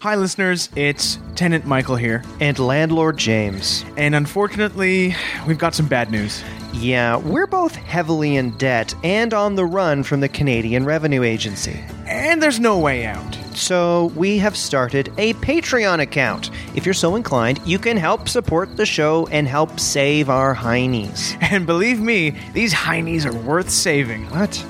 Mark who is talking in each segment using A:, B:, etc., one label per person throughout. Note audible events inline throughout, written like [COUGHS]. A: Hi, listeners. It's Tenant Michael here.
B: And landlord James.
A: And unfortunately, we've got some bad news.
B: Yeah, we're both heavily in debt and on the run from the Canadian Revenue Agency.
A: And there's no way out. [LAUGHS]
B: So we have started a Patreon account. If you're so inclined, you can help support the show and help save our heinies.
A: And believe me, these heinies are worth saving.
B: What?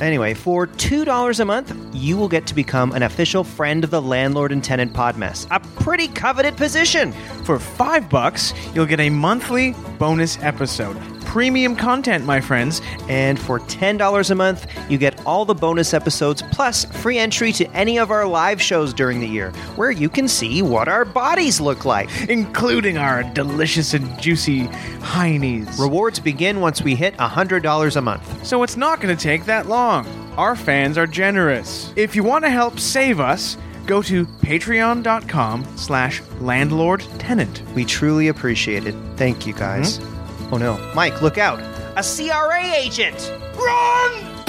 B: Anyway, for $2 a month, you will get to become an official friend of the landlord and tenant podmess. A pretty coveted position.
A: For five bucks, you'll get a monthly bonus episode. Premium content, my friends. [LAUGHS]
B: And for $10 a month, you get all the bonus episodes plus free entry to any of our live shows during the year where you can see what our bodies look like,
A: including our delicious and juicy heinies.
B: Rewards begin once we hit $100 a month.
A: So it's not going to take that long. Our fans are generous. If you want to help save us, go to patreon.com slash landlord tenant.
B: We truly appreciate it. Thank you guys. Mm-hmm. Oh no. Mike, look out. A CRA agent!
A: Run!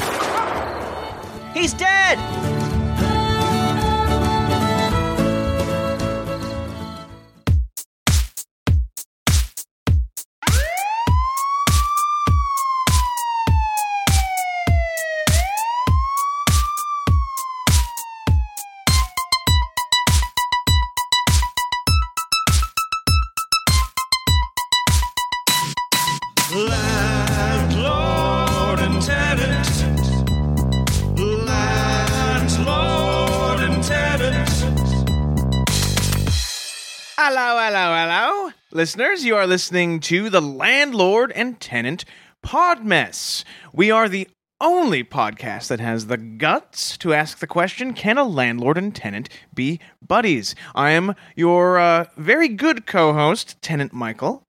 B: He's dead!
A: listeners, you are listening to the Landlord and Tenant Podmess. We are the only podcast that has the guts to ask the question Can a landlord and tenant be buddies? I am your uh, very good co host, Tenant Michael.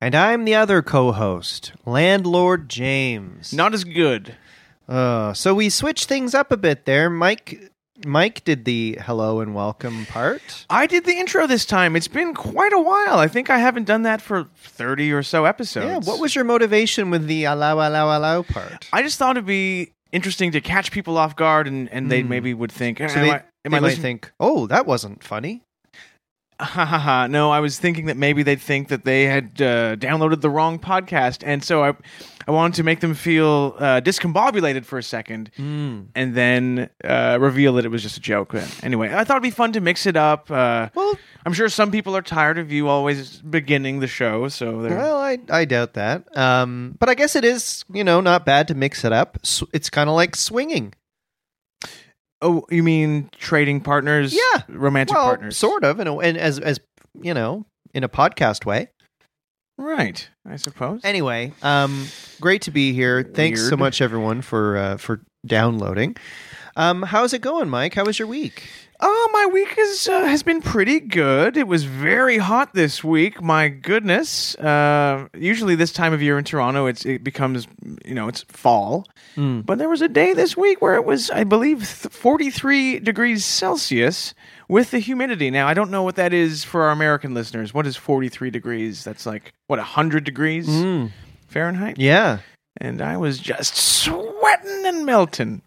B: And I'm the other co host, Landlord James.
A: Not as good.
B: Uh, so we switch things up a bit there. Mike Mike did the hello and welcome part.
A: I did the intro this time. It's been quite a while. I think I haven't done that for 30 or so episodes.
B: Yeah, what was your motivation with the allow, allow, allow part?
A: I just thought it'd be interesting to catch people off guard and, and mm. they maybe would think, eh, so they, am I, am
B: Hmm. they
A: I
B: might think, oh, that wasn't funny.
A: [LAUGHS] Ha ha ha. No, I was thinking that maybe they'd think that they had uh, downloaded the wrong podcast. And so I, I wanted to make them feel uh, discombobulated for a second
B: mm.
A: and then uh, reveal that it was just a joke. Anyway, I thought it'd be fun to mix it up. Uh,
B: well,
A: I'm sure some people are tired of you always beginning the show. So they're...
B: Well, I, I doubt that. Um, but I guess it is, you know, not bad to mix it up. It's kind of like swinging.
A: Oh, you mean trading partners?
B: Yeah,
A: romantic
B: well,
A: partners,
B: sort of, and and as as you know, in a podcast way.
A: Right, I suppose.
B: Anyway, um, great to be here. Thanks Weird. so much, everyone, for uh, for downloading. Um, how's it going, Mike? How was your week?
A: Oh, my week is, uh, has been pretty good. It was very hot this week. My goodness. Uh, usually this time of year in Toronto, it's it becomes you know it's fall,
B: mm.
A: but there was a day this week where it was, I believe, forty three degrees Celsius with the humidity. Now I don't know what that is for our American listeners. What is forty three degrees? That's like what hundred degrees
B: mm.
A: Fahrenheit.
B: Yeah,
A: and I was just sweating and melting.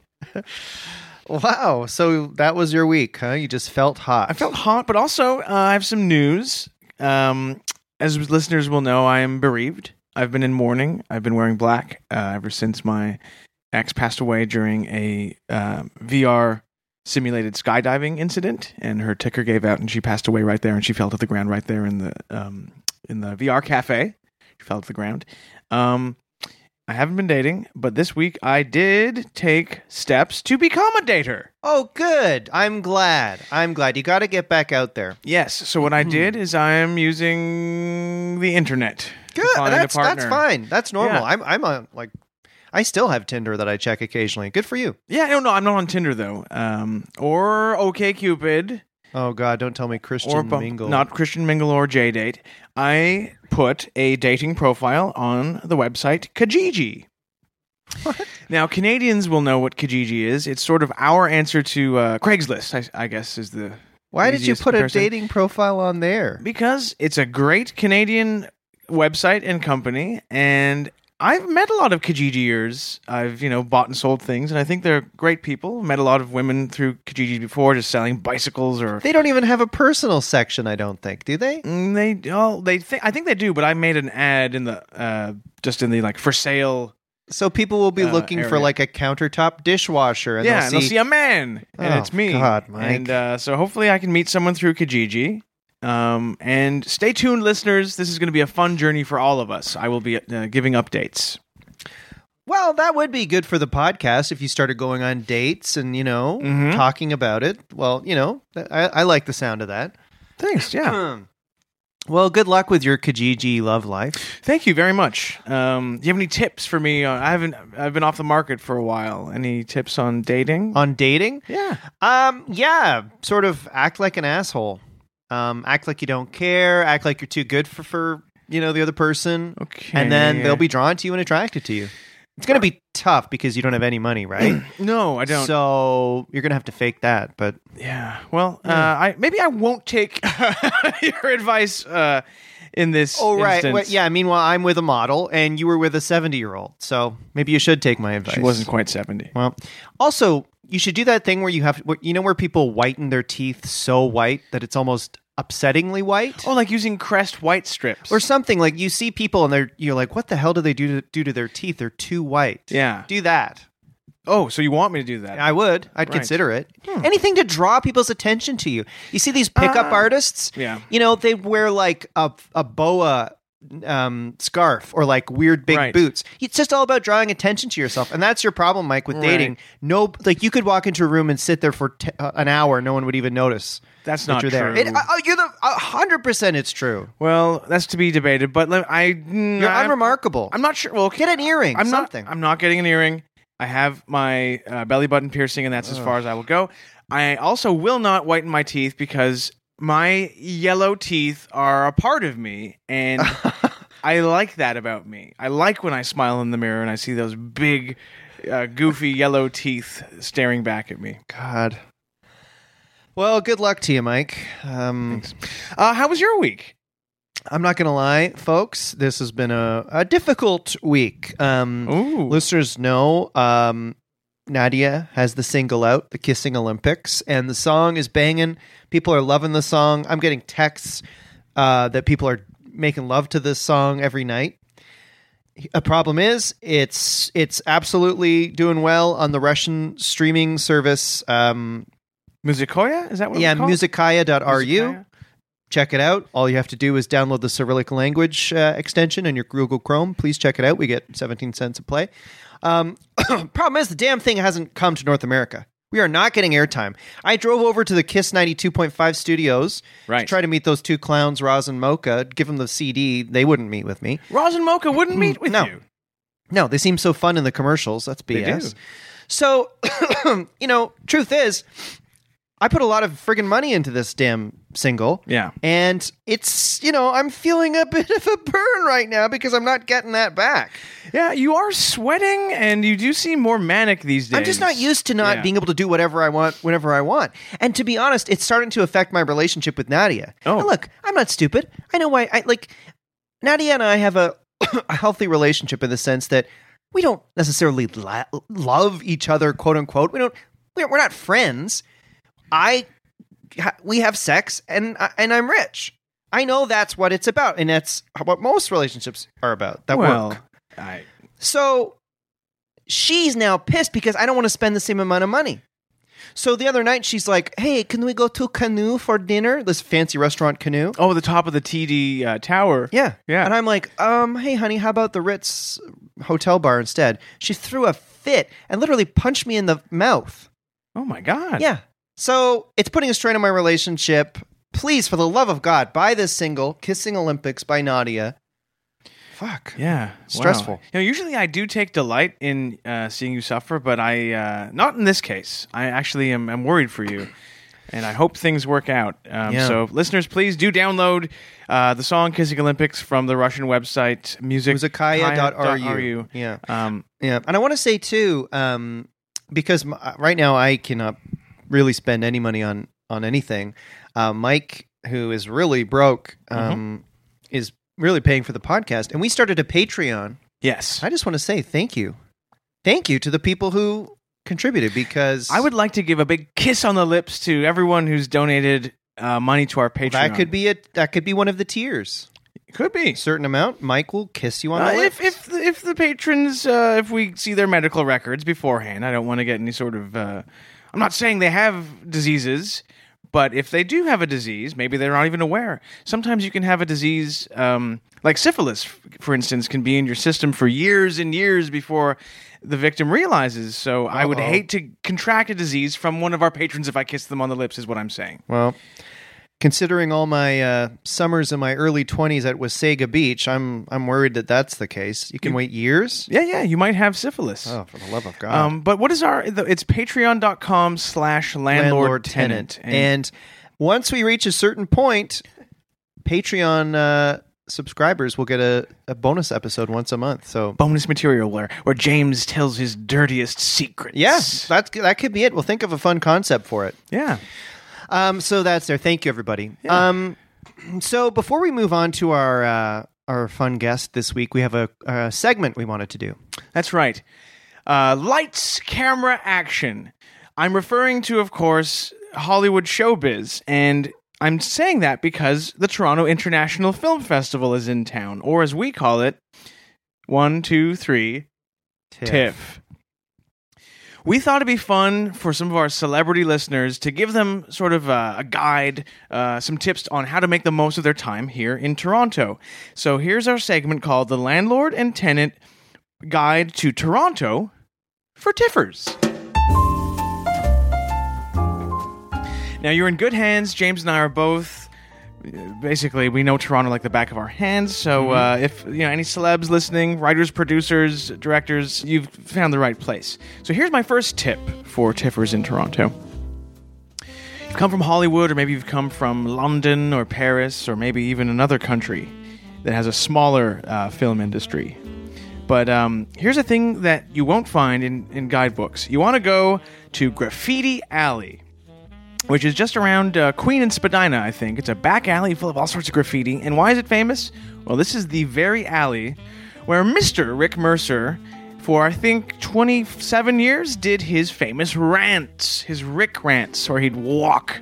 B: Wow. So that was your week, huh? You just felt hot.
A: I felt hot, but also uh, I have some news. Um, as listeners will know, I am bereaved. I've been in mourning. I've been wearing black uh, ever since my ex passed away during a uh, VR simulated skydiving incident, and her ticker gave out, and she passed away right there, and she fell to the ground right there in the um, in the VR cafe. She fell to the ground. Um, I haven't been dating, but this week I did take steps to become a dater.
B: Oh, good. I'm glad. I'm glad. You got to get back out there.
A: Yes. So, what I
B: Mm-hmm.
A: did is I am using the internet.
B: Good. That's, that's fine. That's normal. Yeah. I'm, I'm on, like, I still have Tinder that I check occasionally. Good for you.
A: Yeah. No, no, I'm not on Tinder, though. Um, or OKCupid.
B: Oh, God. Don't tell me Christian
A: or
B: bu- Mingle.
A: Not Christian Mingle or J Date. I put a dating profile on the website Kijiji.
B: What?
A: Now, Canadians will know what Kijiji is. It's sort of our answer to uh, Craigslist, I, I, guess, is the.
B: Why did you put comparison. a dating profile on there?
A: Because it's a great Canadian website and company, and I've met a lot of Kijijiers. I've, you know, bought and sold things, and I think they're great people. Met a lot of women through Kijiji before, just selling bicycles or
B: They don't even have a personal section, I don't think, do they?
A: Mm, they all they think I think they do, but I made an ad in the uh just in the like for sale.
B: So people will be
A: Uh,
B: looking for
A: area.
B: like a countertop dishwasher, and
A: yeah,
B: they'll
A: and they'll
B: see.
A: see a man, and
B: Oh,
A: it's me.
B: God, Mike.
A: And uh, so hopefully I can meet someone through Kijiji. Um, and stay tuned, listeners. This is going to be a fun journey for all of us. I will be uh, giving updates.
B: well, that would be good for the podcast if you started going on dates and you know
A: Mhm.
B: talking about it. Well, you know, th- I, I like the sound of that. Hmm.
A: Thanks. Yeah.
B: well, good luck with your Kijiji love life.
A: Thank you very much. Um, do you have any tips for me? Uh, I haven't. I've been off the market for a while. Any tips on dating?
B: On dating,
A: yeah.
B: Um, yeah, sort of act like an asshole. Um, act like you don't care. Act like you're too good for for you know the other person,
A: Okay.
B: and then they'll be drawn to you and attracted to you. It's gonna be tough because you don't have any
A: [CLEARS THROAT]
B: money, right?
A: No, I don't.
B: So you're gonna have to fake that. But
A: Yeah. Well, uh, I maybe I won't take [LAUGHS] your advice uh, in this.
B: oh right,
A: instance.
B: well, yeah. Meanwhile, I'm with a model, and you were with a 70 year old. So maybe you should take my advice.
A: She wasn't quite seventy.
B: Well, also you should do that thing where you have where- you know where people whiten their teeth so white that it's almost upsettingly white.
A: Oh, like using Crest white strips.
B: or something like you see people and they're you're like what the hell do they do to, do to their teeth they're too white
A: yeah.
B: do that
A: Oh, so you want me to do that?
B: i would i'd
A: Right. Hmm.
B: consider it anything to draw people's attention to you you see these pickup
A: Uh,
B: artists
A: yeah.
B: you know they wear like a, a boa um, scarf or like weird big
A: Right.
B: boots it's just all about drawing attention to yourself and that's your problem mike with
A: Right.
B: dating no like you could walk into a room and sit there for t- uh, an hour no one would even notice
A: That's
B: that
A: not
B: you're there
A: true.
B: It- uh, oh, you're the a 100% it's true
A: well, that's to be debated. But let, I, mm,
B: you're
A: I'm,
B: unremarkable
A: I'm not sure. Well, okay,
B: get an earring
A: I'm
B: something
A: not. I'm not getting an earring. I have my uh, belly button piercing, and that's as far as I will go. I also will not whiten my teeth because my yellow teeth are a part of me,
B: [LAUGHS]
A: and I like that about me. I like when I smile in the mirror and I see those big, uh, goofy yellow teeth staring back at me.
B: God. Well, good luck to you, Mike. Um,
A: Uh, how was your week?
B: I'm not going to lie, folks. This has been a, a difficult week. Um,
A: Ooh,
B: listeners know um, Nadia has the single out, the Kissing Olympics, and the song is banging. People are loving the song. I'm getting texts uh, that people are making love to this song every night. A problem is it's it's absolutely doing well on the Russian streaming service. Um,
A: Musicoya? Is that what?
B: yeah,
A: it's called?
B: musicaya.ru.
A: Musicoya?
B: Check it out. All you have to do is download the Cyrillic language uh, extension in your Google Chrome. Please check it out. We get 17 cents a play. Um, [COUGHS] problem is, the damn thing hasn't come to North America. We are not getting airtime. I drove over to the Kiss 92.5 studios to
A: Right.
B: try to meet those two clowns, Roz and Mocha, give them the CD. They wouldn't meet with me.
A: Roz and Mocha wouldn't meet with
B: Hmm, No.
A: you.
B: No, they seem so fun in the commercials. That's BS.
A: do.
B: So, [COUGHS] you know, truth is, I put a lot of friggin' money into this damn single.
A: Yeah.
B: And it's, you know, I'm feeling a bit of a burn right now because I'm not getting that back.
A: Yeah, you are sweating and you do seem more manic these days.
B: I'm just not used to not
A: Yeah.
B: being able to do whatever I want whenever I want. And to be honest, it's starting to affect my relationship with Nadia.
A: Oh.
B: And look, I'm not stupid. I know why I like Nadia and I have a, [COUGHS] a healthy relationship in the sense that we don't necessarily la- love each other, quote unquote. We don't we're we're not friends. I ha- we have sex and I- and I'm rich. I know that's what it's about and that's what most relationships are about. That
A: well,
B: work.
A: I,
B: So she's now pissed because I don't want to spend the same amount of money. So the other night she's like, "Hey, can we go to Canoe for dinner? This fancy restaurant Canoe."
A: oh, the top of the TD uh, tower.
B: Yeah.
A: Yeah.
B: And I'm like, "Um, hey honey, how about the Ritz hotel bar instead?" She threw a fit and literally punched me in the mouth.
A: Oh my god.
B: Yeah. So, it's putting a strain on my relationship. Please, for the love of God, buy this single, Kissing Olympics by Nadia. Fuck.
A: Yeah.
B: Stressful.
A: Wow. You know, usually I do take delight in uh, seeing you suffer, but I uh, not in this case. I actually am, am worried for you. And I hope things work out. Um,
B: Yeah.
A: So, listeners, please do download uh, the song Kissing Olympics from the Russian website music-
B: Muzakaya.ru.
A: kaya.ru.
B: Yeah.
A: Um,
B: Yeah, and I want to say too, um, because m- uh, right now I cannot really spend any money on on anything. Uh, Mike, who
A: Mm-hmm.
B: is really broke, um, is really paying for the podcast, and we started a Patreon
A: Yes.
B: I just want to say thank you. Thank you to the people who contributed because
A: I would like to give a big kiss on the lips to everyone who's donated uh, money to our Patreon.
B: that could be a that could be one of the tiers.
A: could be.
B: A certain amount, Mike will kiss you on
A: Uh,
B: the lips.
A: if if the, if the patrons uh, if we see their medical records beforehand, I don't want to get any sort of. Uh, I'm not saying they have diseases, but if they do have a disease, maybe they're not even aware. Sometimes you can have a disease um, like syphilis, f- for instance, can be in your system for years and years before the victim realizes. So I would
B: Uh-oh.
A: hate to contract a disease from one of our patrons if I kiss them on the lips. Is what I'm saying.
B: well, considering all my uh, summers in my early 20s at Wasega Beach, I'm I'm worried that that's the case. You can wait years?
A: Yeah, yeah, you might have syphilis.
B: Oh, for the love of God.
A: Um, but what is our? the- It's patreon.com slash landlord tenant.
B: And, once we reach a certain point, Patreon uh, subscribers will get a, a bonus episode once a month. So
A: bonus material where where James tells his dirtiest secrets.
B: yes, that's that could be it. We'll think of a fun concept for it.
A: Yeah.
B: Um, so that's there. Thank you, everybody. Um, so before we move on to our uh, our fun guest this week, we have a, a segment we wanted to do.
A: That's right. Uh, lights, camera, action. I'm referring to, of course, Hollywood showbiz, and I'm saying that because the Toronto International Film Festival is in town, or as we call it, one, two, three,
B: Tiff.
A: TIFF. We thought it'd be fun for some of our celebrity listeners to give them sort of uh, a guide, uh, some tips on how to make the most of their time here in Toronto. So here's our segment called The Landlord and Tenant Guide to Toronto for Tiffers. Now you're in good hands. James and I are both basically we know Toronto like the back of our hands. So uh, if you know any celebs listening, writers, producers, directors, you've found the right place. So here's my first tip for tiffers in Toronto. You've come from Hollywood, or maybe you've come from London or Paris, or maybe even another country that has a smaller uh, film industry. But um, here's a thing that you won't find in, in guidebooks. You want to go to Graffiti Alley which is just around uh, Queen and Spadina, I think. It's a back alley full of all sorts of graffiti. And why is it famous? Well, this is the very alley where Mr. Rick Mercer, for I think 27 years, did his famous rants, his Rick rants, where he'd walk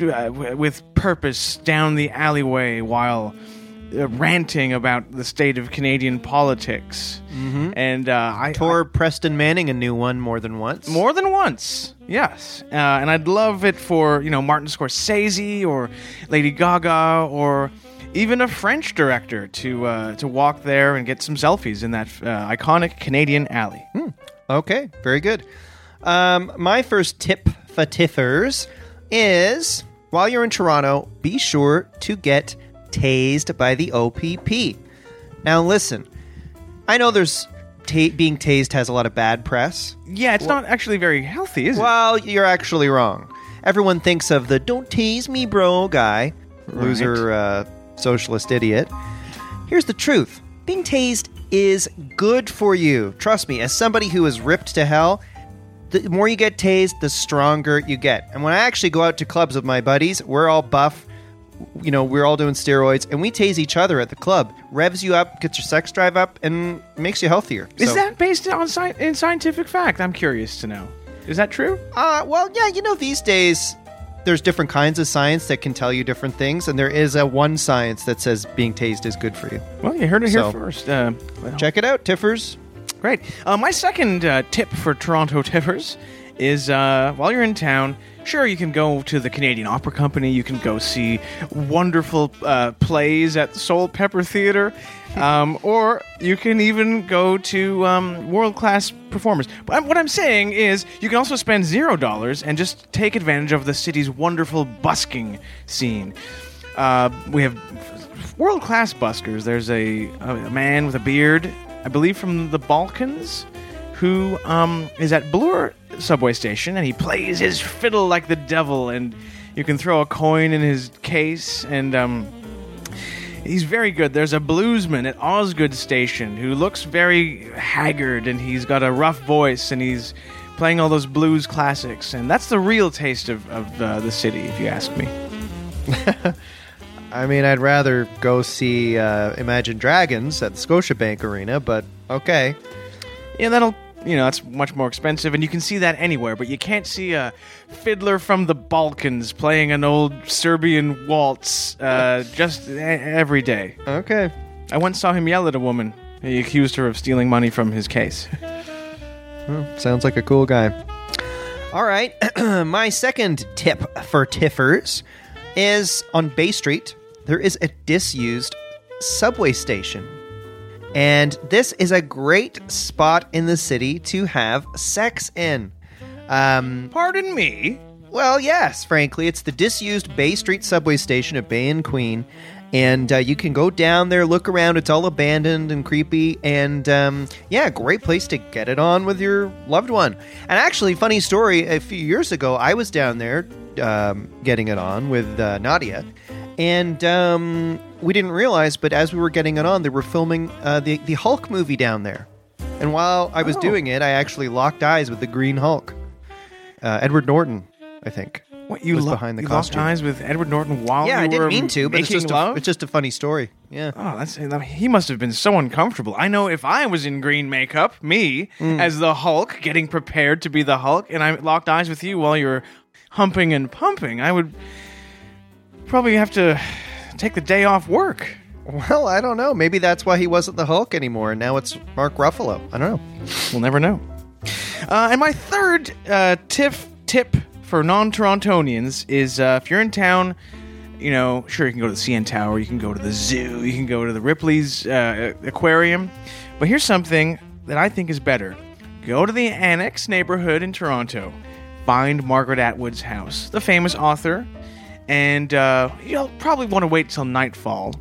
A: uh, w- with purpose down the alleyway while uh, ranting about the state of Canadian politics. Mm-hmm. And uh, I,
B: Tore Preston Manning a new one more than once.
A: more than once, yes. Uh, and I'd love it for, you know, Martin Scorsese or Lady Gaga or even a French director to uh, to walk there and get some selfies in that uh, iconic Canadian alley. Hmm.
B: Okay, very good. Um, my first tip for tiffers is while you're in Toronto, be sure to get tased by the OPP. Now, listen, I know there's ta- being tased has a lot of bad press.
A: Yeah, it's not actually very healthy, is
B: Well, you're actually wrong. Everyone thinks of the "Don't tease me, bro" guy, loser, uh, socialist idiot. Here's the truth: being tased is good for you. Trust me. As somebody who is ripped to hell, the more you get tased, the stronger you get. And when I actually go out to clubs with my buddies, we're all buff. You know, we're all doing steroids, and we tase each other at the club. Revs you up, gets your sex drive up, and makes you healthier.
A: it? Is
B: So-
A: that based on sci- in scientific fact? I'm curious to know. Is that true?
B: Uh, well, yeah, you know, these days there's different kinds of science that can tell you different things, and there is a one science that says being tased is good for you.
A: Well, you heard it here
B: So-
A: first. Uh, well,
B: Check it out, Tiffers.
A: Great. Uh, my second uh, tip for Toronto [LAUGHS] tippers is uh, while you're in town, sure, you can go to the Canadian Opera Company, you can go see wonderful uh, plays at the Soul Pepper Theatre, um, or you can even go to um, world class performers. But I'm- what I'm saying is you can also spend zero dollars and just take advantage of the city's wonderful busking scene. Uh, we have world class buskers. There's a, a man with a beard, I believe from the Balkans, who um, is at Bloor subway station and he plays his fiddle like the devil. And you can throw a coin in his case and. Um, He's very good. There's a bluesman at Osgood Station who looks very haggard and he's got a rough voice and he's playing all those blues classics. And that's the real taste of, of uh, the city, if you ask me.
B: I mean, I'd rather go see uh, Imagine Dragons at the Scotiabank Arena, but okay.
A: Yeah, that'll you know that's much more expensive, and you can see that anywhere. But you can't see a fiddler from the Balkans playing an old Serbian waltz uh, just e- every day.
B: Okay.
A: I once saw him yell at a woman. He accused her of stealing money from his case.
B: Sounds like a cool guy. All right. [CLEARS THROAT] My second tip for tiffers is on Bay Street, there is a disused subway station. And this is a great spot in the city to have sex in. Um,
A: Pardon me.
B: well, yes, frankly. It's the disused Bay Street subway station at Bay and Queen. And uh, you can go down there, look around. It's all abandoned and creepy. And um, yeah, great place to get it on with your loved one. And actually, funny story a few years ago, I was down there um, getting it on with uh, Nadia. And um, we didn't realize, but as we were getting it on, they were filming uh, the, the Hulk movie down there. And while I was doing it, I actually locked eyes with the Green Hulk uh, Edward Norton, I think.
A: What you
B: was
A: lo-
B: behind the
A: you
B: costume.
A: locked eyes with Edward Norton while
B: yeah,
A: you
B: I didn't
A: were
B: mean to, but it's
A: making
B: just
A: love?
B: A, it's just a funny story. Yeah.
A: Oh, that's he must have been so uncomfortable. I know if I was in green makeup, me as the Hulk, getting prepared to be the Hulk, and I locked eyes with you while you're humping and pumping, I would probably have to take the day off work.
B: Well, I don't know. Maybe that's why he wasn't the Hulk anymore, and now it's Mark Ruffalo. I don't know.
A: We'll never know. Uh, and my third uh, tiff tip for non-Torontonians is uh, if you're in town, you know, sure you can go to the CN Tower, you can go to the zoo, you can go to the Ripley's uh, aquarium, but here's something that I think is better: go to the Annex neighborhood in Toronto, find Margaret Atwood's house, the famous author, and uh, you'll probably want to wait till nightfall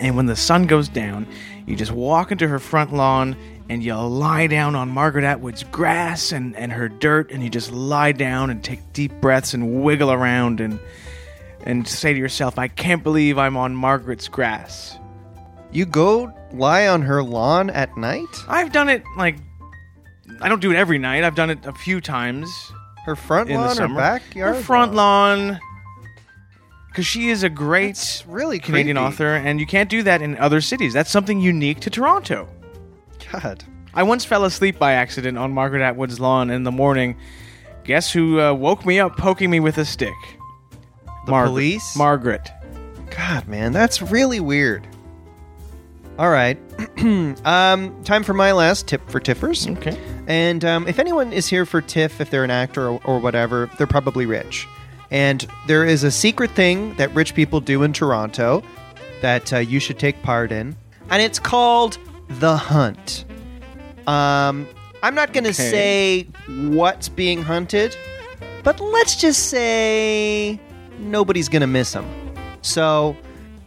A: and when the sun goes down, you just walk into her front lawn and you lie down on Margaret Atwood's grass and, and her dirt, and you just lie down and take deep breaths and wiggle around and and say to yourself, I can't believe I'm on Margaret's grass.
B: You go lie on her lawn at night?
A: I've done it like I don't do it every night. I've done it a few times
B: Her front
A: in the
B: lawn or
A: summer.
B: backyard?
A: Her front lawn. Because she is a great
B: It's really
A: Canadian
B: creepy.
A: author, and you can't do that in other cities. That's something unique to Toronto.
B: God.
A: I once fell asleep by accident on Margaret Atwood's lawn in the morning. Guess who uh, woke me up poking me with a stick?
B: The police?
A: Margaret.
B: God, man, that's really weird. All right. [CLEARS THROAT] um, time for my last tip for tiffers.
A: Okay.
B: And um, if anyone is here for TIFF, if they're an actor or, or whatever, they're probably rich. And there is a secret thing that rich people do in Toronto that uh, you should take part in, and it's called the hunt. Um, I'm not going to
A: Okay.
B: say what's being hunted, but let's just say nobody's going to miss them. So.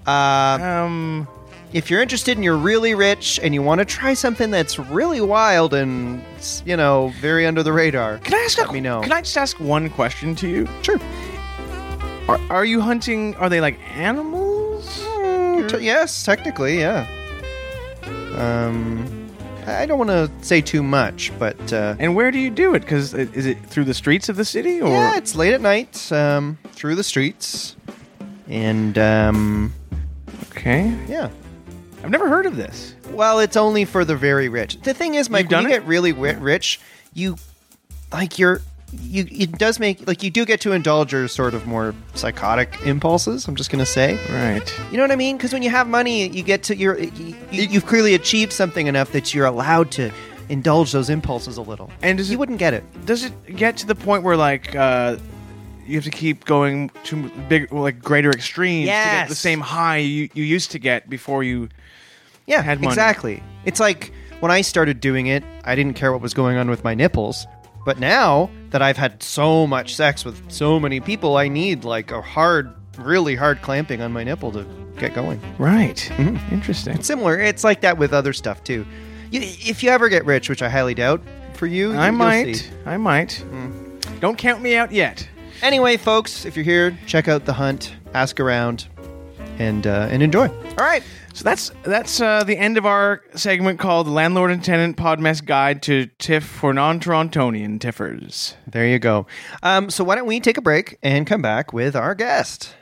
B: Uh,
A: Um.
B: if you're interested and you're really rich and you want to try something that's really wild and you know very under the radar
A: Can I ask? a-
B: Let me know.
A: Can I just ask one question to you?
B: sure
A: Are, are you hunting? Are they like animals?
B: Mm, T- yes technically yeah um i don't want to say too much but uh
A: And where do you do it? Because is it through the streets of the city or?
B: yeah it's late at night um through the streets and um
A: Okay.
B: yeah
A: I've never heard of this.
B: Well, it's only for the very rich. The thing is, Mike,
A: You've
B: when you
A: done it?
B: get really wi- rich, you like you're you it does make like you do get to indulge your sort of more psychotic impulses. I'm just gonna say,
A: Right.
B: you know what I mean? Because when you have money, you get to you're you, you've clearly achieved something enough that you're allowed to indulge those impulses a little.
A: And does
B: you
A: it-
B: wouldn't get it.
A: Does it get to the point where like uh, you have to keep going to big, like greater extremes to get the
B: Yes.
A: same high you, you used to get before you?
B: Yeah,
A: had money.
B: exactly. It's like when I started doing it, I didn't care what was going on with my nipples. But now that I've had so much sex with so many people, I need like a hard, really hard clamping on my nipple to get going.
A: Right. Mm-hmm. Interesting.
B: Similar, it's like that with other stuff too. You, if you ever get rich, which I highly doubt for you,
A: I
B: you- you'll
A: might.
B: see.
A: I might.
C: Mm.
A: Don't count me out yet.
B: Anyway, folks, if you're here, check out the hunt, ask around, and uh, and enjoy. All right,
A: So that's that's uh, the end of our segment called "Landlord and Tenant Podmess Guide to Tiff for Non-Torontonian Tiffers."
B: there you go. Um, so why don't we take a break and come back with our guest?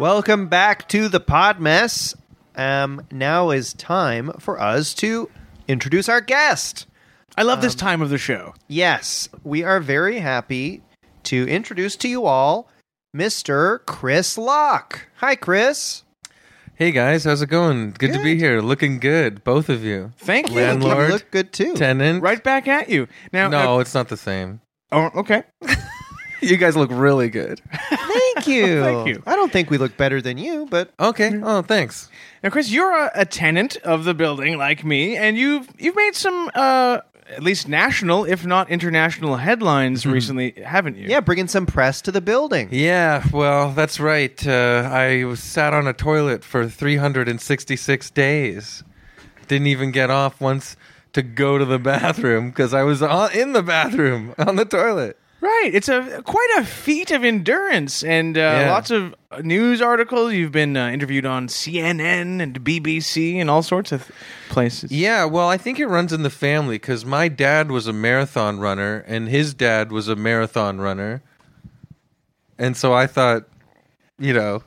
B: Welcome back to the Pod Mess. Um, now is time for us to introduce our guest.
A: I love
C: Um,
A: this time of the show.
B: Yes, we are very happy to introduce to you all Mr. Chris Locke. Hi, Chris.
C: Hey guys, how's it going? Good, to be here. Looking good, both of you.
A: Thank you.
C: Landlord.
B: You look good too.
C: Tenant.
A: Right back at you. Now,
C: No,
A: uh,
C: it's not the same.
A: oh, okay.
C: [LAUGHS] You guys look really good.
B: [LAUGHS] Thank
A: [LAUGHS]
B: you.
A: Thank you.
B: I don't think we look better than you, but
C: [LAUGHS] Okay. Oh, thanks.
A: Now, Chris, you're a, a tenant of the building, like me, and you've you've made some uh, at least national, if not international, headlines
C: Mm-hmm.
A: recently, haven't you?
B: yeah, bringing some press to the building.
C: Yeah, well, that's right. Uh, I was sat on a toilet for 366 days. Didn't even get off once to go to the bathroom because I was on, in the bathroom [LAUGHS] on the toilet.
A: Right. It's a quite a feat of endurance, and uh,
C: Yeah.
A: lots of news articles. You've been uh, interviewed on CNN and BBC and all sorts of places.
C: Yeah, well, I think it runs in the family because my dad was a marathon runner and his dad was a marathon runner. And so I thought, you know,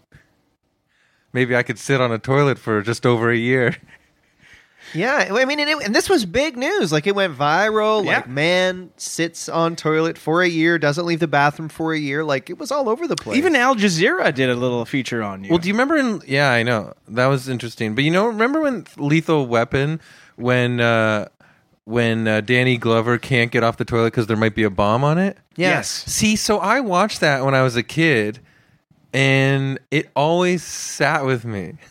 C: maybe I could sit on a toilet for just over a year. [LAUGHS]
B: Yeah, I mean, and, it, and this was big news. Like, it went viral. Like,
A: Yeah.
B: man sits on toilet for a year, doesn't leave the bathroom for a year. Like, it was all over the place.
A: Even Al Jazeera did a little feature on you.
C: Well, do you remember in Yeah, I know. That was interesting. But you know, remember when Lethal Weapon when uh when uh, Danny Glover can't get off the toilet cuz there might be a bomb on it?
A: Yes.
C: See, so I watched that when I was a kid and it always sat with me. [LAUGHS]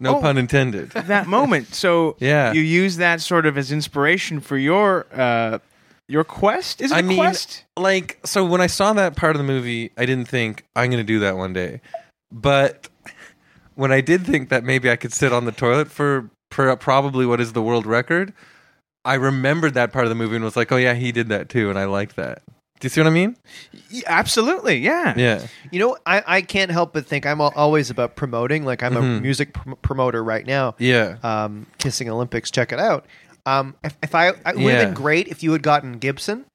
C: No
A: Oh.
C: pun
A: [LAUGHS]
C: intended.
A: that moment. So
C: [LAUGHS] Yeah.
A: you use that sort of as inspiration for your uh, your quest. Is it a
C: I mean,
A: quest?
C: like, so when I saw that part of the movie, I didn't think I'm going to do that one day. But when I did think that maybe I could sit on the toilet for per, probably what is the world record, I remembered that part of the movie and was like, oh yeah, he did that too, and I liked that. Do you see what I mean?
A: Y- absolutely. Yeah.
C: Yeah.
B: You know, I, I can't help but think I'm al- always about promoting. Like, I'm
A: Mm-hmm.
B: a music prom- promoter right now.
C: Yeah.
B: Um, Kissing Olympics, check it out. Um, if, if I, I it would have
C: Yeah.
B: been great if you had gotten Gibson,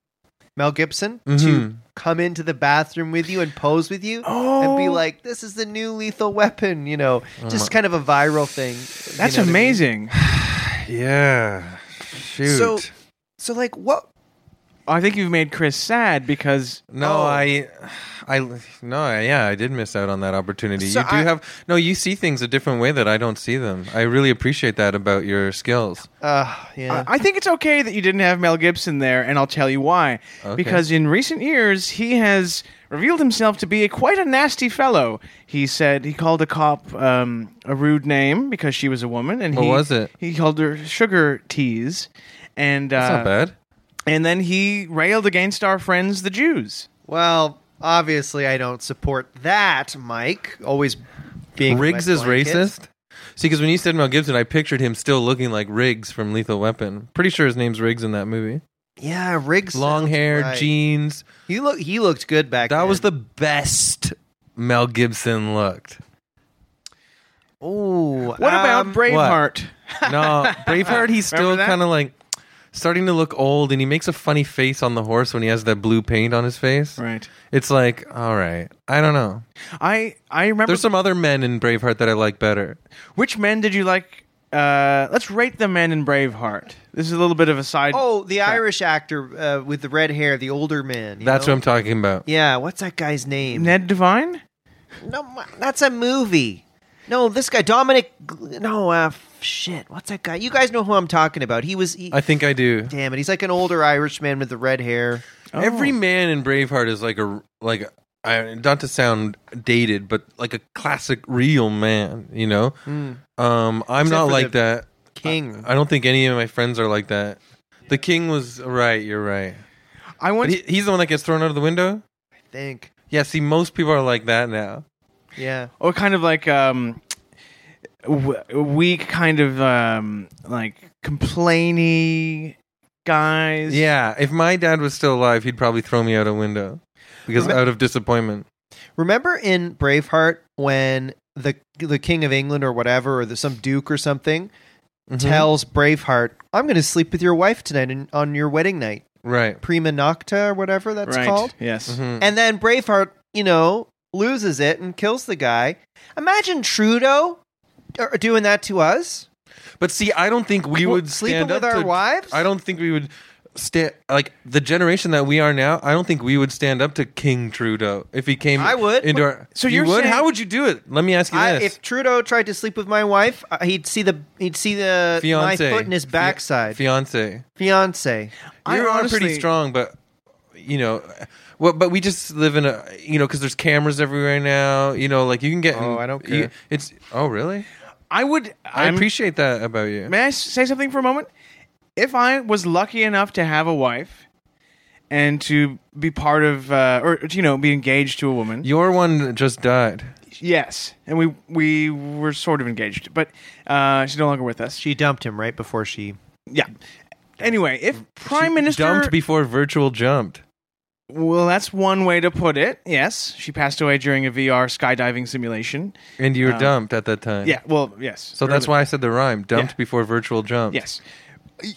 B: Mel Gibson, to
C: Mhm.
B: come into the bathroom with you and pose with you and be
A: Oh.
B: like, "This is the new Lethal Weapon," you know,
C: Uh-huh.
B: just kind of a viral thing.
A: That's
B: you know what I mean?
A: amazing.
C: Yeah. Shoot.
B: So, so like, what?
A: I think you've made Chris sad because
C: No,
B: Oh.
C: I, I, no, I- yeah, I did miss out on that opportunity.
B: So
C: you do
B: I-
C: have no. You see things a different way that I don't see them. I really appreciate that about your skills.
B: Uh, yeah.
A: I I think it's okay that you didn't have Mel Gibson there, and I'll tell you why.
C: Okay.
A: Because in recent years, he has revealed himself to be a, quite a nasty fellow. He said he called a cop um, a rude name because she was a woman, and
C: What
A: he,
C: was it?
A: He called her sugar teas, and
C: That's
A: uh,
C: not bad.
A: and then he railed against our friends, the Jews.
B: well, obviously, I don't support that, Mike. Always being
C: Riggs
B: wet
C: is
B: blanket.
C: racist. See, because when you said Mel Gibson, I pictured him still looking like Riggs from Lethal Weapon. Pretty sure his name's Riggs in that movie.
B: Yeah, Riggs.
C: Long
B: sounds
C: hair,
B: right.
C: jeans.
B: He look. He looked good back.
C: That
B: then.
C: was the best Mel Gibson looked.
B: Oh,
A: What about Braveheart?
C: No, Braveheart, he's still
A: Remember that?
C: kind of like starting to look old, and he makes a funny face on the horse when he has that blue paint on his face.
A: Right.
C: It's like, all right, I don't know.
A: I I remember.
C: There's some other men in Braveheart that I like better.
A: which men did you like? Uh, let's rate the men in Braveheart. This is a little bit of a side.
B: Oh, the Irish actor uh, with the red hair, the older man. you
C: That's
B: know?
C: what I'm talking about.
B: Yeah, what's that guy's name?
A: Ned Devine.
B: no, m- that's a movie. No, this guy Dominic. No, uh, shit. What's that guy? You guys know who I'm talking about. He was. He,
C: I think I do.
B: damn it, he's like an older Irish man with the red hair.
C: Every man in Braveheart is like a like a- I, not to sound dated, but like a classic real man. You know, um, I'm
B: Mm. Except
C: not
B: for
C: like
B: the
C: that.
B: King.
C: I don't think any of my friends are like that. The king was right. You're right.
A: I
C: But
A: went.
C: he, he's the one that gets thrown out of the window.
B: think.
C: Yeah. See, most people are like that now.
B: Yeah.
A: or kind of like um w- weak kind of um like complainy guys
C: Yeah. If my dad was still alive, he'd probably throw me out a window because
B: Remem-
C: out of disappointment.
B: Remember in Braveheart when the the King of England or whatever or the, some duke or something
C: Mhm.
B: tells Braveheart, "I'm going to sleep with your wife tonight in, on your wedding night,
C: Right.
B: prima nocta or whatever that's
A: right
B: called."
A: yes
C: Mhm.
B: And then Braveheart, you know, loses it and kills the guy. Imagine Trudeau er, doing that to us.
C: But see, I don't think we would
B: sleeping
C: stand up
B: with our
C: to-
B: wives.
C: I don't think we would stand like the generation that we are now. I don't think we would stand up to King Trudeau if he came.
B: I would.
C: Into our,
A: So
C: you
A: you're
C: would?
A: saying-
C: How would you do it? Let me ask you
B: I,
C: this.
B: if Trudeau tried to sleep with my wife, uh, he'd see the he'd see the
C: Fiance,
B: my foot in his
C: Fi-
B: backside.
C: fiance,
B: Fiance,
A: I
C: you're on
A: honestly-
C: pretty strong, but you know, well, but we just live in a you know because there's cameras everywhere now. You know, like you can get.
B: Oh,
C: in-
B: I don't
C: you-
B: care.
C: it's oh really?
A: I would.
C: I
A: I'm-
C: appreciate that about you.
A: May I s- say something for a moment? If I was lucky enough to have a wife and to be part of, uh, or you know, be engaged to a woman,
C: Your one just died.
A: yes, and we we were sort of engaged, but uh, she's no longer with us.
B: she dumped him right before she.
A: Yeah. Anyway, if Prime Minister
C: dumped before virtual jumped.
A: Well, that's one way to put it. Yes, she passed away during a VR skydiving simulation.
C: And you were dumped at that time.
A: Um, Yeah, well, yes.
C: So that's
A: Early-
C: why I said the rhyme dumped
A: Yeah.
C: before virtual jump.
A: Yes.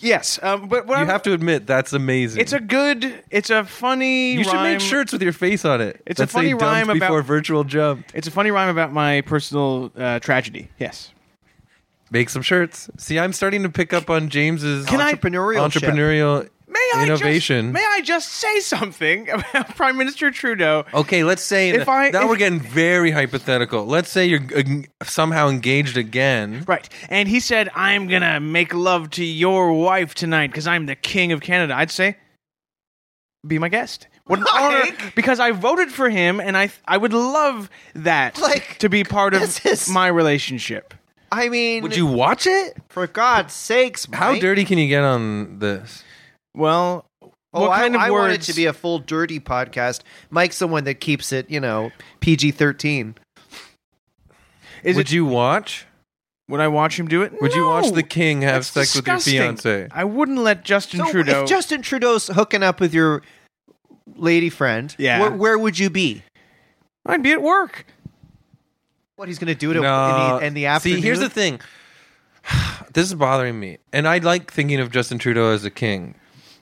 A: Yes, um, but what
C: You
A: I'm-
C: have to admit that's amazing.
A: It's a good. It's a funny.
C: you should
A: rhyme.
C: make shirts with your face on it.
A: It's a
C: that say
A: funny
C: dumped
A: rhyme about-
C: before virtual jump.
A: It's a funny rhyme about my personal uh, tragedy. Yes.
C: Make some shirts. See, I'm starting to pick up on James's
B: Can I- Entrepreneurialship.
C: entrepreneurial
A: May I
C: innovation.
A: Just, may I just say something [LAUGHS] about Prime Minister Trudeau?
C: Okay, let's say
A: If I-
C: now
A: if-
C: we're getting very hypothetical. Let's say you're eng- somehow engaged again.
A: Right, and he said, "I'm gonna make love to your wife tonight because I'm the king of Canada." I'd say, "Be my guest." What an honor!
B: Like-
A: Because I voted for him, and I I would love that
B: Like,
A: to be part of
B: this is-
A: my relationship.
B: I mean,
C: Would you watch it?
B: for God's sakes,
C: How
B: Mike.
C: dirty can you get on this?
A: Well,
B: Oh,
A: what
B: I,
A: kind of
B: I
A: words?
B: want it to be a full dirty podcast. Mike's the one that keeps it, you know, PG thirteen.
A: Is
C: Would
A: it,
C: you watch?
A: would I watch him do it?
C: Would you watch
A: No!
C: the king have
A: That's
C: sex
A: disgusting.
C: with your fiance?
A: I wouldn't let Justin
B: So
A: Trudeau.
B: if Justin Trudeau's hooking up with your lady friend,
A: Yeah.
B: where, where would you be?
A: I'd be at work.
B: What he's going to do to
C: No.
B: in, the, in the afternoon?
C: See, here's the thing. [SIGHS] this is bothering me, and I like thinking of Justin Trudeau as a king.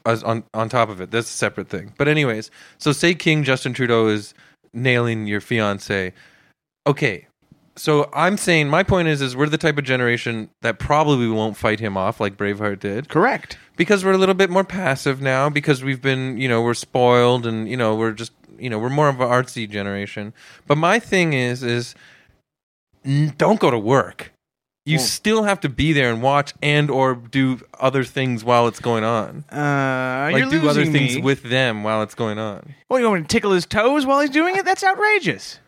C: As on on top of it, that's a separate thing. But anyways, so say King Justin Trudeau is nailing your fiance. Okay, so I'm saying my point is is we're the type of generation that probably won't fight him off like Braveheart did
A: Correct.
C: because we're a little bit more passive now because we've been you know we're spoiled and you know we're just you know we're more of an artsy generation but my thing is is n- don't go to work you
A: Well-
C: still have to be there and watch and or do other things while it's going on
A: Uh, like
C: like
A: you're
C: do other
A: losing
C: things
A: me.
C: with them while it's going on
A: Well, you want me to tickle his toes while he's doing it? That's outrageous.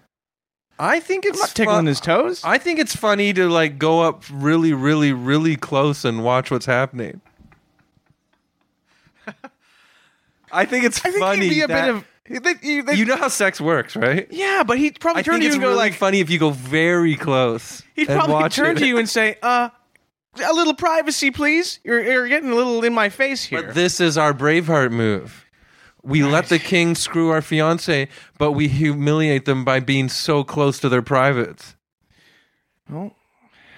C: i think it's
A: I'm not tickling
C: fu-
A: his toes.
C: i think it's funny to like go up really really really close and watch what's happening
A: [LAUGHS]
C: I think it's
A: I think
C: funny
A: he'd be a
C: that-
A: bit of. that- you- that-
C: you know how sex works, right?
A: yeah, but he'd probably
C: I
A: turn
C: think
A: to you
C: it's
A: and go
C: really
A: like,
C: funny if you go very close.
A: he'd
C: and
A: probably
C: watch
A: turn
C: it.
A: to
C: [LAUGHS]
A: you and say, "Uh, a little privacy, please. You're, you're getting a little in my face here."
C: But this is our Braveheart move. We let the king screw our fiance, but we humiliate them by being so close to their privates.
A: Well,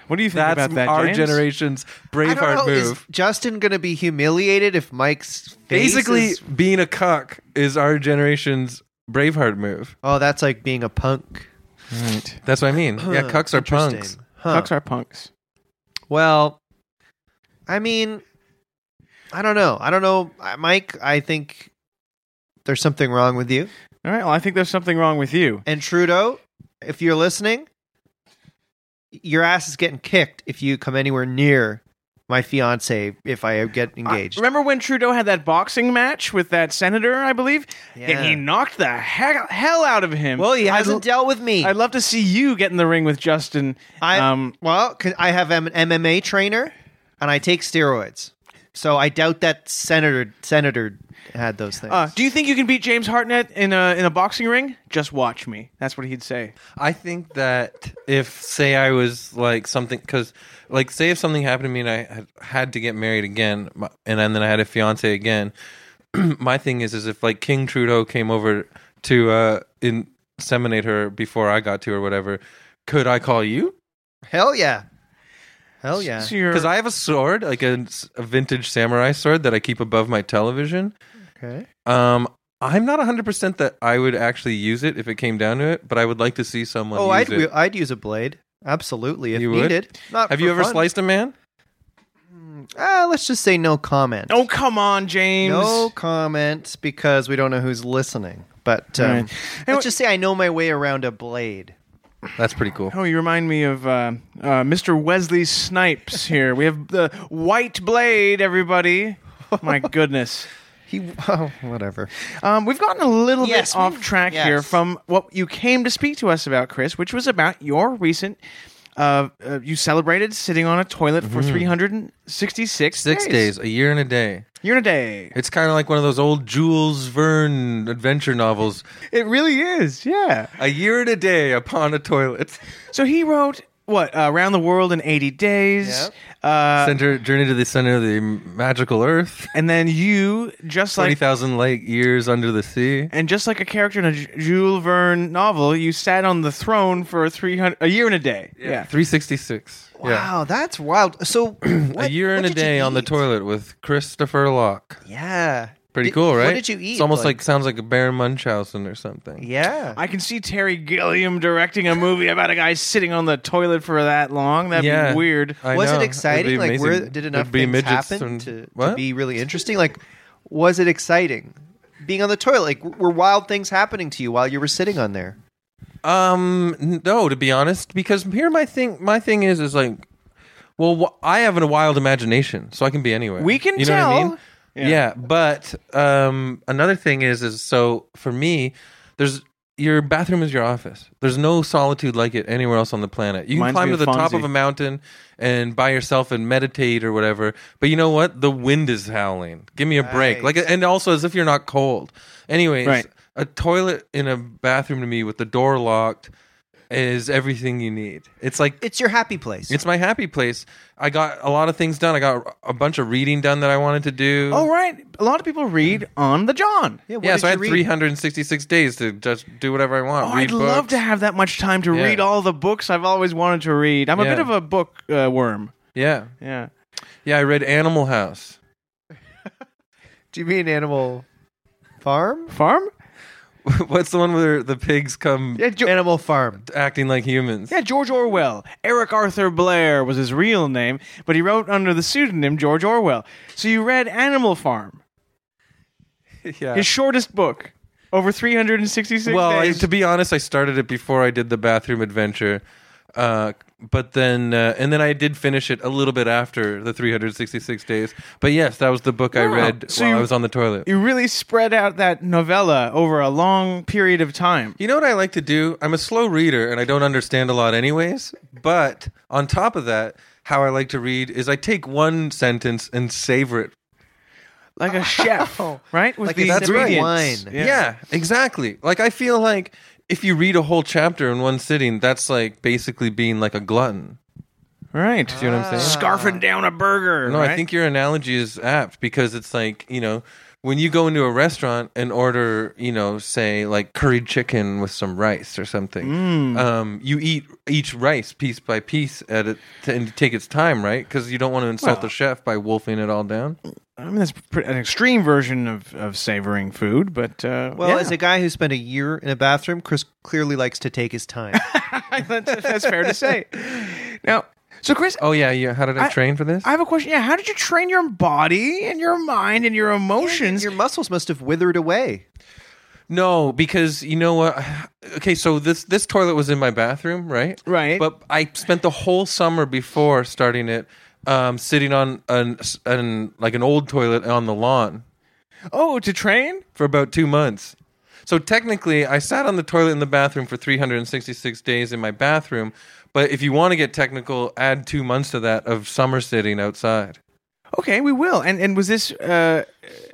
A: what do you think
C: That's
A: about that,
C: our
A: James?
C: generation's
B: I don't know,
C: Braveheart
B: is
C: move.
B: Justin going to be humiliated if Mike's face
C: Basically,
B: is-
C: being a cuck is our generation's Braveheart move.
B: Oh, that's like being a punk.
A: Right.
C: That's what I mean. Yeah,
B: Huh,
C: cucks are
B: interesting.
C: punks.
B: Huh.
A: Cucks are punks.
B: Well, I mean, I don't know. I don't know, I- Mike. I think there's something wrong with you.
A: All right. Well, I think there's something wrong with you.
B: And Trudeau, if you're listening, your ass is getting kicked if you come anywhere near my fiance if I get
A: I-
B: engaged.
A: remember when Trudeau had that boxing match with that senator, I believe?
B: Yeah.
A: And he knocked the heck, hell out of him.
B: well, he
A: I'd
B: hasn't
A: l-
B: dealt with me.
A: I'd love to see you get in the ring with Justin.
B: I
A: um,
B: well, 'cause I have an MMA trainer and I take steroids, so I doubt that senator senator had those things.
A: uh, do you think you can beat James Hartnett in a in a boxing ring? Just watch me. That's what he'd say.
C: I think that if say I was like something because like say if something happened to me and I had, had to get married again my- and then I had a fiance again, [CLEARS THROAT] my thing is is if like King Trudeau came over to uh inseminate her before I got to or whatever, could I call you?
B: Hell yeah, hell yeah.
A: So you're-
C: Because I have a sword like a, a vintage samurai sword that I keep above my television.
B: okay.
C: Um, I'm not 100% that I would actually use it if it came down to it, but I would like to see someone
B: Oh,
C: use
B: I'd
C: it.
B: wi- I'd use a blade. Absolutely, if
C: You would?
B: needed. Not
C: Have you
B: for
C: ever
B: fun.
C: sliced a man?
B: Ah, let's just say no comment.
A: Oh, come on, James.
B: No comment because we don't know who's listening. But
A: All
B: um,
A: right. Anyway-
B: let's just say I know my way around a blade.
C: That's pretty cool.
A: Oh, you remind me of uh, uh, Mr. Wesley
B: [LAUGHS]
A: Snipes here. We have the White Blade, everybody.
B: [LAUGHS]
A: My goodness.
B: He, [LAUGHS] oh, whatever.
A: Um, we've gotten a little
B: Yes,
A: bit off
B: we've-
A: track here
B: yes.
A: from what you came to speak to us about, Chris, which was about your recent. Uh, uh, you celebrated sitting on a toilet for
B: Mm-hmm.
A: 366
C: Six days, a year and a day.
A: You're in a day.
C: It's kind of like one of those old Jules Verne adventure novels.
A: It really is, yeah.
C: A year and a day upon
B: [LAUGHS]
C: a toilet.
A: So he wrote what uh, around the world in 80 days, uh,
C: Center journey to the center of the magical earth.
A: and then you just
C: Twenty
A: like
C: thousand light years under the sea.
A: and just like a character in a J- Jules Verne novel, you sat on the throne for 300 a year and a day. Yeah.
C: three sixty six.
B: Wow, that's wild. So [CLEARS THROAT]
C: a year and a day on the toilet with Christopher Locke.
B: Yeah,
C: Pretty
B: Did-
C: cool, right?
B: What did you eat?
C: It's almost like, sounds like a Baron Munchausen or something.
B: yeah.
A: I can see Terry Gilliam directing a movie about a guy sitting on the toilet for that long. That'd
C: Yeah.
A: be weird.
C: I
B: was
C: know.
B: it
C: It'd be
B: exciting? Like, where
C: amazing.
B: did enough
C: There'd be
B: things
C: midgets
B: happen
C: and-
B: to, to
C: what?
B: be really interesting? Like, was it exciting? Being on the toilet, like, w- were wild things happening to you while you were sitting on there?
C: Um, n- no, to be honest, because here my thing, my thing is, is like, well, wh- I have a wild imagination, so I can be anywhere.
A: We can
C: you know What I
A: tell.
C: mean?
A: Yeah.
C: yeah. but um, another thing is, is so for me, there's your bathroom is your office. There's no solitude like it anywhere else on the planet. You can
A: Reminds
C: climb
A: me
C: to
A: of
C: the top
A: Fonzie.
C: of a mountain and by yourself and meditate or whatever. But you know what? The wind is howling. Give me a break.
B: Right.
C: Like, and also as if you're not cold. Anyways,
A: Right.
C: a toilet in a bathroom to me with the door locked is everything you need. It's like
B: It's your happy place.
C: it's my happy place. I got a lot of things done. I got a bunch of reading done that I wanted to do.
A: Oh, right. A lot of people read on the John.
B: yeah. What
C: yeah,
B: did
C: so
B: you
C: I had
B: read?
C: 366 days to just do whatever I want.
A: Oh, I'd
C: read
A: love
C: books.
A: to have that much time to
C: Yeah.
A: read all the books I've always wanted to read. I'm a
C: Yeah.
A: bit of a book uh, worm.
C: Yeah.
A: Yeah.
C: Yeah, I read Animal House. [LAUGHS]
B: Do you mean Animal Farm?
A: Farm?
C: What's the one where the pigs come
A: Yeah, Jo-
B: Animal Farm.
C: acting like humans?
A: yeah, George Orwell. Eric Arthur Blair was his real name, but he wrote under the pseudonym George Orwell. So you read Animal Farm,
C: [LAUGHS] Yeah.
A: his shortest book, over 366
C: well, I-
A: days.
C: to be honest, I started it before I did the bathroom adventure. Uh, but then, uh, and then I did finish it a little bit after the 366 days. But yes, that was the book I
A: Wow.
C: read
A: So
C: while
A: you-
C: I was on the toilet.
A: you really spread out that novella over a long period of time.
C: You know what I like to do? I'm a slow reader and I don't understand a lot anyways, but on top of that, how I like to read is I take one sentence and savor it.
A: Like
B: Ah,
A: a [LAUGHS] chef, right? With
B: Like
A: the
B: a sip of
A: ingredients.
B: wine.
C: Yeah. exactly. Like I feel like if you read a whole chapter in one sitting, that's like basically being like a glutton.
A: Right.
C: You know what I'm saying?
A: Ah. Scarfing down a burger.
C: No, I
A: right?
C: think your analogy is apt because it's like, you know, when you go into a restaurant and order, you know, say like curried chicken with some rice or something, um, you eat each rice piece by piece at it to, and take its time, right? Because you don't want to insult the chef by wolfing it all down.
A: I mean, that's pr- an extreme version of, of savoring food, but uh,
B: Well,
A: yeah.
B: as a guy who spent a year in a bathroom, Chris clearly likes to take his
C: [LAUGHS]
B: time.
A: that's, [LAUGHS] that's fair to say. Now, so Chris,
C: Oh yeah, yeah. How did I,
A: I-
C: train for this?
A: I have a question. Yeah, how did you train your body and your mind and your emotions?
B: Your muscles must have withered away.
C: no, because you know what? [SIGHS] Okay, so this this toilet was in my bathroom, right?
A: Right.
C: But I spent the whole summer before starting it. Um, sitting on an, an like an old toilet on the lawn
A: oh, to train?
C: for about two months. So technically, I sat on the toilet in the bathroom for 366 days in my bathroom. But if you want to get technical, add two months to that of summer sitting outside.
A: Okay, we will. And and was this uh,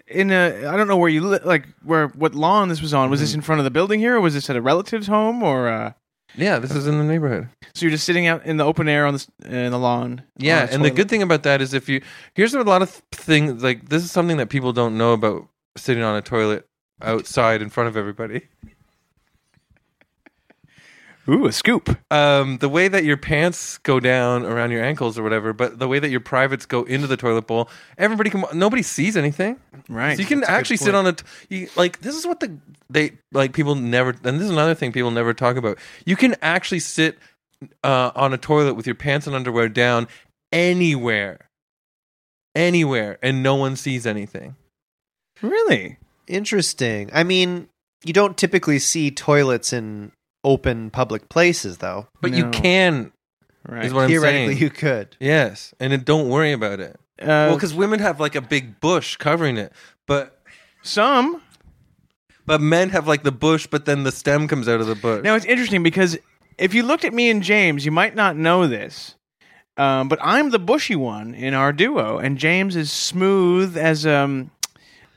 A: in a? I don't know where you li- like where what lawn this was on. Was
C: Mm-hmm.
A: this in front of the building here, or was this at a relative's home, or uh,
C: Yeah, this is in the neighborhood.
A: so you're just sitting out in the open air on the s- in the lawn? on
C: Yeah, and the
A: toilet?
C: good thing about that is if you here's a lot of th- things like this is something that people don't know about sitting on a toilet outside in front of everybody.
A: Ooh, a scoop.
C: um, the way that your pants go down around your ankles or whatever, but the way that your privates go into the toilet bowl, everybody can nobody sees anything.
A: Right.
C: So you can
A: That's a good
C: actually sit
A: point.
C: on a t- you, like this is what the they like people never and this is another thing people never talk about. You can actually sit uh, on a toilet with your pants and underwear down anywhere, anywhere, and no one sees anything.
A: Really?
B: Interesting. I mean, you don't typically see toilets in open public places, though.
C: But you
A: No.
C: can
A: Right.
C: is what I'm
B: Theoretically,
C: saying.
B: you could.
C: yes, and it, don't worry about it.
A: Uh,
C: Well, because women have like a big bush covering it, but
A: some.
C: But men have like the bush, but then the stem comes out of the bush.
A: Now it's interesting because if you looked at me and James, you might not know this, um, but I'm the bushy one in our duo, and James is smooth as um,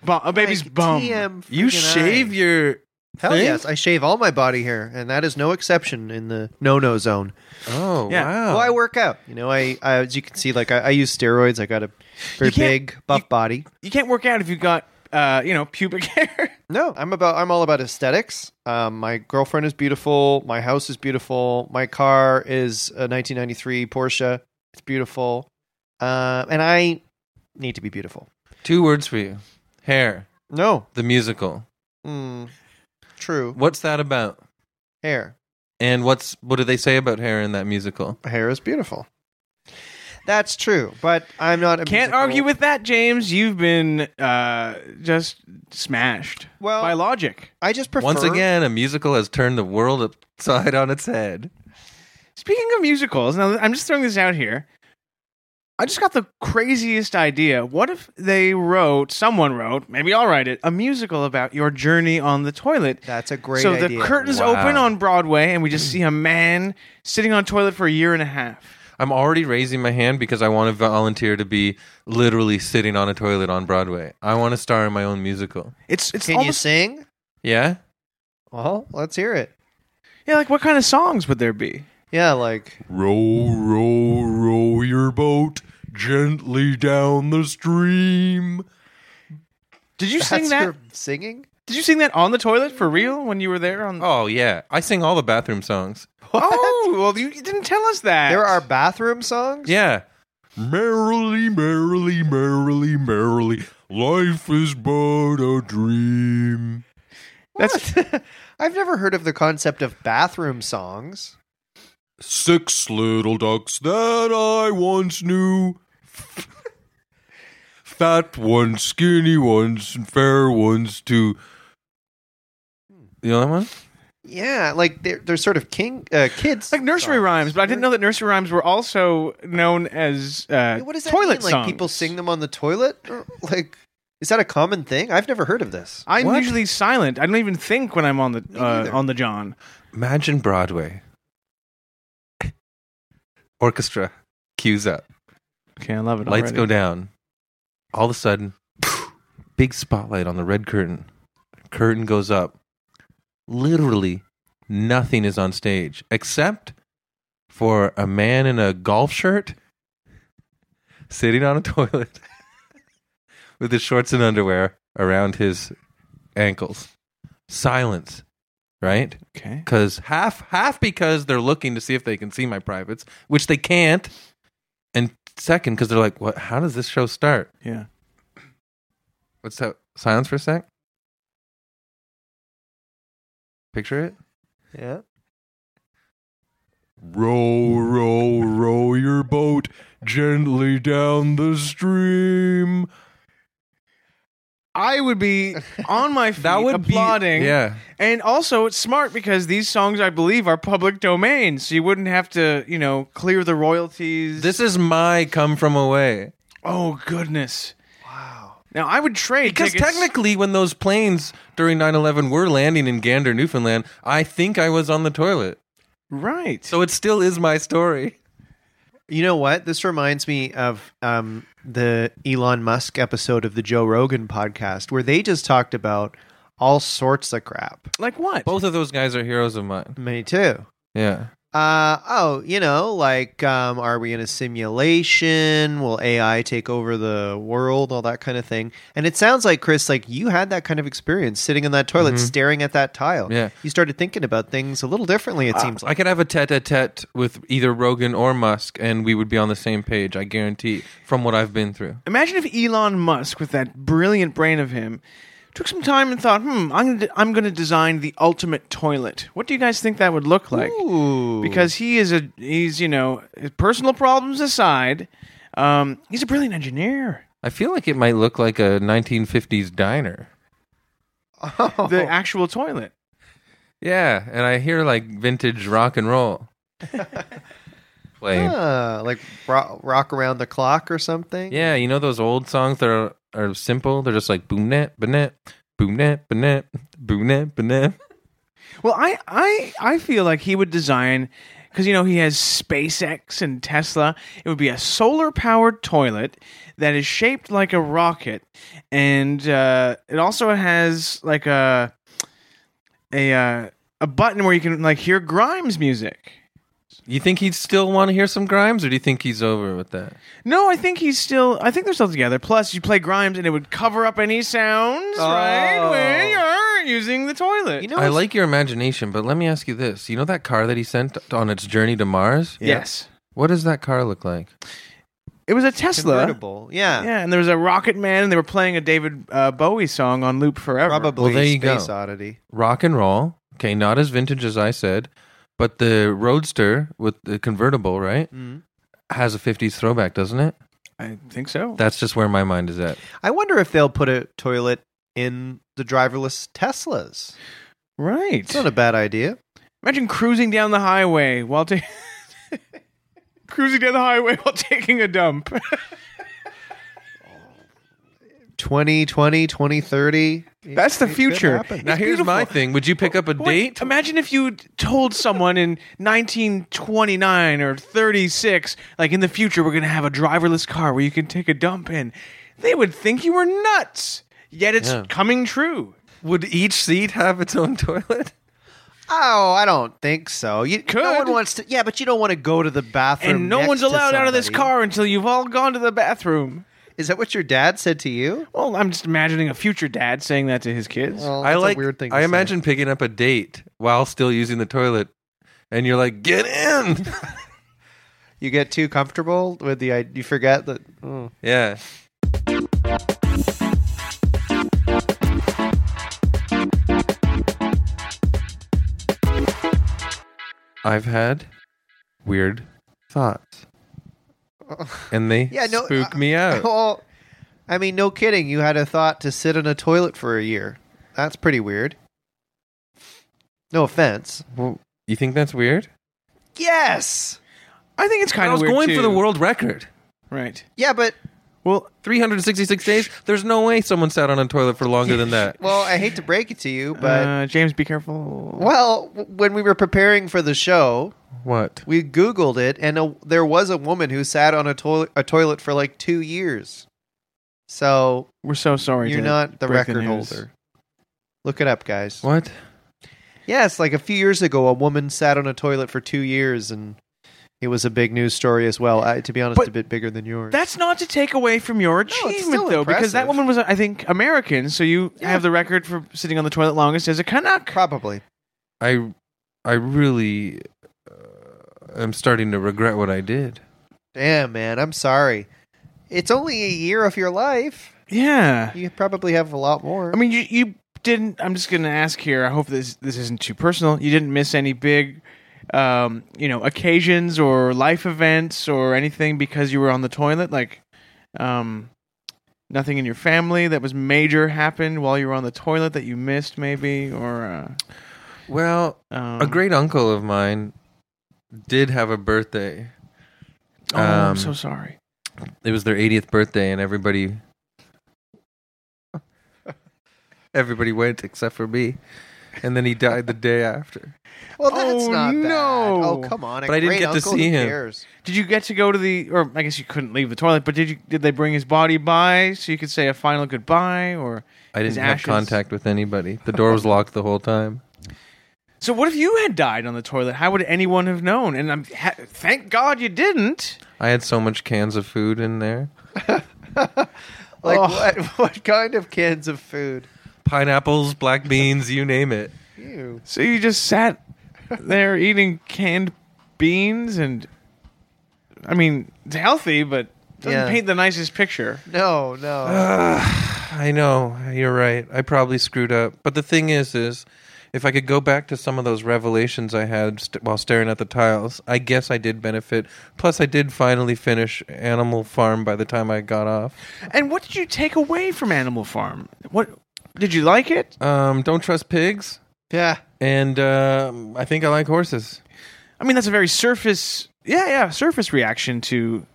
A: bu- a baby's
B: Like,
A: bum.
B: TM
C: you
B: freaking
C: shave
B: eye.
C: your
B: Hell
C: thing?
B: yes, I shave all my body hair, and that is no exception in the no-no zone.
C: Oh
A: Yeah.
C: wow!
B: Well, I work out. You know, I, I as you can see, like I, I use steroids. I got a very
A: You can't-
B: big buff body.
A: You can't work out if you got uh, you know pubic [LAUGHS] hair.
B: No, I'm about. I'm all about aesthetics. Um, my girlfriend is beautiful. My house is beautiful. My car is a 1993 Porsche. It's beautiful, uh, and I need to be beautiful.
C: Two words for you: hair.
B: No,
C: The musical.
B: mm, true.
C: What's that about?
B: Hair,
C: And what's what do they say about hair in that musical?
B: hair is beautiful. That's true, but I'm not. A
A: Can't
B: musical-
A: argue with that, James. You've been uh, just smashed
B: Well,
A: by logic.
B: I just prefer.
C: Once again, a musical has turned the world upside on its head.
A: Speaking of musicals, now I'm just throwing this out here. I just got the craziest idea. What if they wrote, someone wrote, maybe I'll write it, a musical about your journey on the toilet?
B: that's a great.
A: so
B: idea.
A: the curtains
C: Wow.
A: open on Broadway, and we just
B: [CLEARS THROAT]
A: see a man sitting on a toilet for a year and a half.
C: I'm already raising my hand because I want to volunteer to be literally sitting on a toilet on Broadway. I want to star in my own musical.
A: It's it's
B: Can you
A: almost
B: sing?
C: Yeah.
B: Well, let's hear it.
A: yeah. Like what kind of songs would there be?
B: Yeah, like
C: Row, row, row your boat gently down the stream.
A: Did you sing
B: that's
A: that?
B: your singing.
A: Did you sing that on the toilet for real when you were there?
B: [LAUGHS]
A: On
C: Oh yeah, I sing all the bathroom songs.
A: [LAUGHS] oh well, you didn't tell us that.
B: There are bathroom songs.
C: Yeah. Merrily, merrily, merrily, merrily, life is but a dream.
A: That's-
B: What? [LAUGHS] I've never heard of the concept of bathroom songs.
C: Six little ducks that I once knew. [LAUGHS] Fat ones, skinny ones, and fair ones too. You know that one?
B: Yeah, like they're they're sort of king uh, kids.
A: It's like nursery
B: songs.
A: rhymes, but I didn't know that nursery rhymes were also known as uh,
B: What does that
A: toilet
B: mean? Like
A: songs.
B: people sing them on the toilet? Or, like, is that a common thing? I've never heard of this.
A: I'm
C: What?
A: usually silent. I don't even think when I'm on the uh,
B: neither.
A: on the John.
C: Imagine Broadway. [LAUGHS] Orchestra cues up.
A: Okay, I love it.
C: Lights go down. All of a sudden, [SNIFFS] big spotlight on the red curtain. Curtain goes up. Literally nothing is on stage except for a man in a golf shirt [LAUGHS] sitting on a toilet [LAUGHS] with his shorts and underwear around his ankles. Silence, right?
A: Okay.
C: because half half because they're looking to see if they can see my privates, which they can't, and second because they're like, "What? How does this show start?"
A: Yeah.
C: What's that? Silence for a sec. Picture it.
B: Yeah.
C: Row, row, row your boat gently down the stream.
A: I would
B: [LAUGHS]
A: be on my feet applauding.
C: yeah.
A: And also, it's smart because these songs, I believe, are public domain, so you wouldn't have to, you know, clear the royalties.
C: This is my come from away.
A: oh goodness!
B: Wow.
A: Now I would trade
C: Because
A: tickets-
C: technically, when those planes during 9 11 were landing in Gander, Newfoundland, I think I was on the toilet.
A: right?
C: So it still is my story.
B: You know what? This reminds me of um, the Elon Musk episode of the Joe Rogan podcast where they just talked about all sorts of crap.
A: like what?
C: Both of those guys are heroes of mine.
B: Me too.
C: Yeah.
B: Uh, oh, you know, like, um, are we in a simulation? Will AI take over the world? All that kind of thing. And it sounds like, Chris, like you had that kind of experience sitting in that toilet,
C: Mhm.
B: staring at that tile.
C: Yeah.
B: You started thinking about things a little differently, it seems like.
C: I could have a tete-a-tete with either Rogan or Musk, and we would be on the same page. I guarantee. From what I've been through,
A: Imagine if Elon Musk, with that brilliant brain of him, took some time and thought, "Hmm, I'm gonna, de- I'm gonna design the ultimate toilet. What do you guys think that would look like?"
B: Ooh.
A: Because he is a, he's you know, his personal problems aside, um, he's a brilliant engineer.
C: I feel like it might look like a 1950s diner.
B: [LAUGHS] Oh.
A: The actual toilet.
C: Yeah, and I hear like vintage rock and [LAUGHS] roll playing.
B: Ah, like ro- rock around the clock or something.
C: Yeah, you know those old songs that are, are simple. They're just like boom net, banet, boom net, banet, boom net, banet.
A: Well, I, I, I feel like he would design because you know he has SpaceX and Tesla. It would be a solar-powered toilet that is shaped like a rocket, and uh, it also has like a a uh, a button where you can like hear Grimes music.
C: You think he'd still want to hear some Grimes, or do you think he's over with that?
A: No, I think he's still. I think they're still together. Plus, you play Grimes, and it would cover up any sounds right
B: Oh.
A: when you're using the toilet.
B: You know,
C: I
B: it's-
C: like your imagination, but let me ask you this: You know that car that he sent on its journey to Mars?
A: Yes,
C: What does that car look like?
A: it was a Tesla.
B: convertible. Yeah.
A: Yeah, and there was a Rocket Man, and they were playing a David uh, Bowie song on loop forever.
B: Probably
C: Well, there you
B: Space
C: go.
B: Oddity.
C: Rock and roll. Okay, not as vintage as I said, but the Roadster with the convertible, right,
B: Mm-hmm.
C: has a '50s throwback, doesn't it?
A: I think so.
C: That's just where my mind is at.
B: I wonder if they'll put a toilet in the driverless Teslas.
A: right.
B: It's not a bad idea.
A: Imagine cruising down the highway while ta- [LAUGHS] cruising down the highway while taking a dump.
B: [LAUGHS] 2020, 2030.
A: That's the
B: It could
A: future.
B: happen.
C: Now
A: It's
C: here's my
A: beautiful.
C: thing: Would you pick up a
A: But wait,
C: date?
A: Imagine if you told someone in 1929 or 36, like in the future, we're going to have a driverless car where you can take a dump in. They would think you were nuts. Yet it's
C: Yeah.
A: coming true.
C: Would each seat have its
B: [LAUGHS]
C: own toilet?
B: Oh, I don't think so. You
A: Could.
B: No one wants to. Yeah, but you don't want to go to the bathroom.
A: And no
B: next
A: one's
B: to
A: allowed out of this
B: somebody.
A: car until you've all gone to the bathroom.
B: Is that what your dad said to you?
A: Well, I'm just imagining a future dad saying that to his kids.
B: Well, Oh,
C: I
B: that's a
C: like.
B: weird thing. to
C: I
B: say.
C: imagine picking up a date while still using the toilet, and you're like, "Get in!"
B: you get too comfortable with the. i- You forget that. oh.
C: yeah. I've had weird
B: [LAUGHS]
C: thoughts, and they
B: Yeah, no,
C: spook
B: uh, [LAUGHS]
C: me out.
B: Well, I mean, no kidding. You had a thought to sit in a toilet for a year. That's pretty weird. No offense.
C: Well, you think that's weird?
B: Yes.
A: I think it's kind of weird too.
C: world record.
A: right?
B: Yeah, but
A: Well,
C: 366 days. There's no way someone sat on a toilet for longer
B: [LAUGHS]
C: than that.
B: well, I hate to break it to you, but
A: uh, James, be careful.
B: well, w- when we were preparing for the show,
C: What?
B: we Googled it, and a, there was a woman who sat on a toilet a toilet for like two years. So
A: We're so sorry.
B: you're
A: to
B: not the
A: break
B: record
A: news.
B: holder. Look it up, guys.
C: What?
B: Yes, like a few years ago, a woman sat on a toilet for two years, and it was a big news story as well. I, to be honest,
A: But
B: a bit bigger than yours.
A: That's not to take away from your
B: it's
A: achievement,
B: still
A: though, because that
B: impressive.
A: woman was, I think, American. So you
B: Yeah.
A: have the record for sitting on the toilet longest as a Canuck.
B: probably.
C: I I really uh, am starting to regret what I did.
B: Damn, man, I'm sorry. It's only a year of your life.
A: Yeah.
B: You probably have a lot more.
A: I mean, you you didn't. I'm just going to ask here. I hope this this isn't too personal. You didn't miss any big, um, you know, occasions or life events or anything because you were on the toilet. Like, um, nothing in your family that was major happened while you were on the toilet that you missed, maybe, or uh,
C: Well,
A: um,
C: a great uncle of mine did have a birthday.
A: Oh, I'm
C: um,
A: so sorry.
C: It was their 80th birthday, and everybody everybody went except for me. And then he died the day after.
B: well, that's
A: Oh,
B: not bad.
A: no.
B: Oh, come on. a
C: But I didn't
B: great
C: get to
B: uncle,
C: see
B: who
C: him.
B: Cares?
A: Did you get to go to the, or I guess you couldn't leave the toilet, but did you? Did they bring his body by so you could say a final goodbye, or
C: I
A: His
C: didn't have
A: ashes.
C: contact with anybody. The door was locked the whole time.
A: So what if you had died on the toilet? How would anyone have known? And I'm ha- thank God you didn't.
C: I had so much cans of food in there.
B: Like
A: Ugh.
B: what? [LAUGHS] What kind of cans of food?
C: Pineapples, black beans, you name it.
B: Ew.
A: So you just sat there eating canned beans and I mean, it's healthy, but doesn't
B: Yeah.
A: paint the nicest picture.
B: No, no.
C: [SIGHS] I know, you're right. I probably screwed up. But the thing is is if I could go back to some of those revelations I had st- while staring at the tiles, I guess I did benefit. Plus I did finally finish Animal Farm by the time I got off.
A: And what did you take away from Animal Farm? What did you like it?
C: Um, don't trust pigs.
B: yeah.
C: And um I think I like horses.
A: I mean, that's a very surface, yeah, yeah, surface reaction to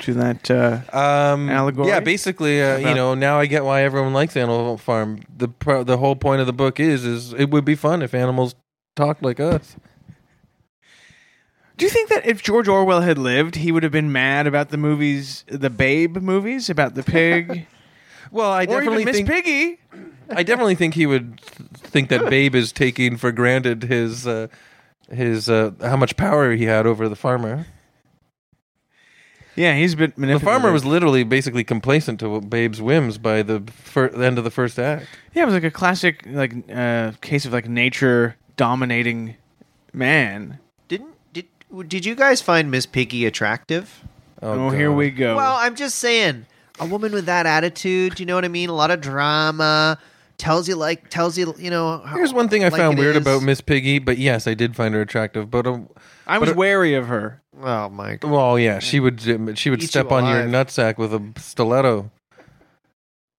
A: to that. Uh,
C: um,
A: Allegory?
C: Yeah, basically, uh, you
A: About-
C: know, now I get why everyone likes Animal Farm. The pro- the whole point of the book is is it would be fun if animals talked like us.
A: do you think that if George Orwell had lived, he would have been mad about the movies, the Babe movies, about the [LAUGHS] pig,
C: Well, I
A: or even
C: definitely
A: Miss
C: think
A: Piggy?
C: I definitely think he would th- think that Babe is taking for granted his uh, his uh, how much power he had over the farmer.
A: Yeah, he's a bit
C: The
A: manipulative.
C: farmer was literally basically complacent to Babe's whims by the, fir- the end of the first act.
A: yeah, it was like a classic like uh, case of like nature dominating man.
B: Didn't did did you guys find Miss Piggy attractive?
A: Oh, here
C: God.
A: we go.
B: Well, I'm just saying, a woman with that attitude, you know what I mean? A lot of drama tells you like tells you, you know. How,
C: Here's one thing I
B: like
C: found
B: it
C: weird
B: is.
C: about Miss Piggy, but yes, I did find her attractive. But um,
A: I was
C: but-
A: wary of her.
B: Oh my god.
C: Well, yeah, she would. uh, She would
B: Eat
C: step
B: you
C: on your
B: alive.
C: nutsack with a stiletto.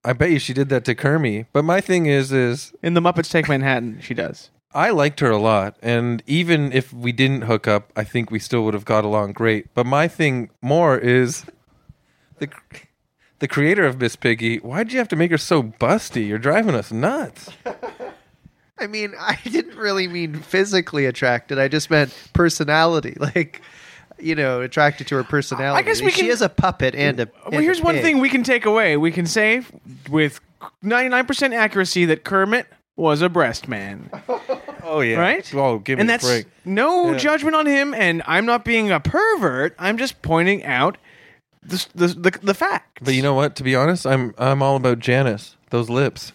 C: I bet you she did that to Kermie. But my thing is, is
A: In the Muppets Take Manhattan, she does.
C: I liked her a lot, and even if we didn't hook up, I think we still would have got along great. But my thing more is the cr- the creator of Miss Piggy. Why'd you have to make her so busty? You're driving us nuts.
B: I mean, [LAUGHS] I didn't really mean physically attracted. I just meant personality, [LAUGHS] like you know, attracted to her personality.
A: guess we
B: she
A: can-
B: is a puppet and a.
A: Well, here's one thing
B: We...
A: we can take away. We can say with 99% accuracy that Kermit was a breast man,
C: Oh yeah,
A: right?
C: Oh, give
A: and
C: me a
A: that's
C: break.
A: no
C: Yeah.
A: judgment on him, and I'm not being a pervert. I'm just pointing out the the the, the facts.
C: But you know what? To be honest, I'm I'm all about Janice. Those lips.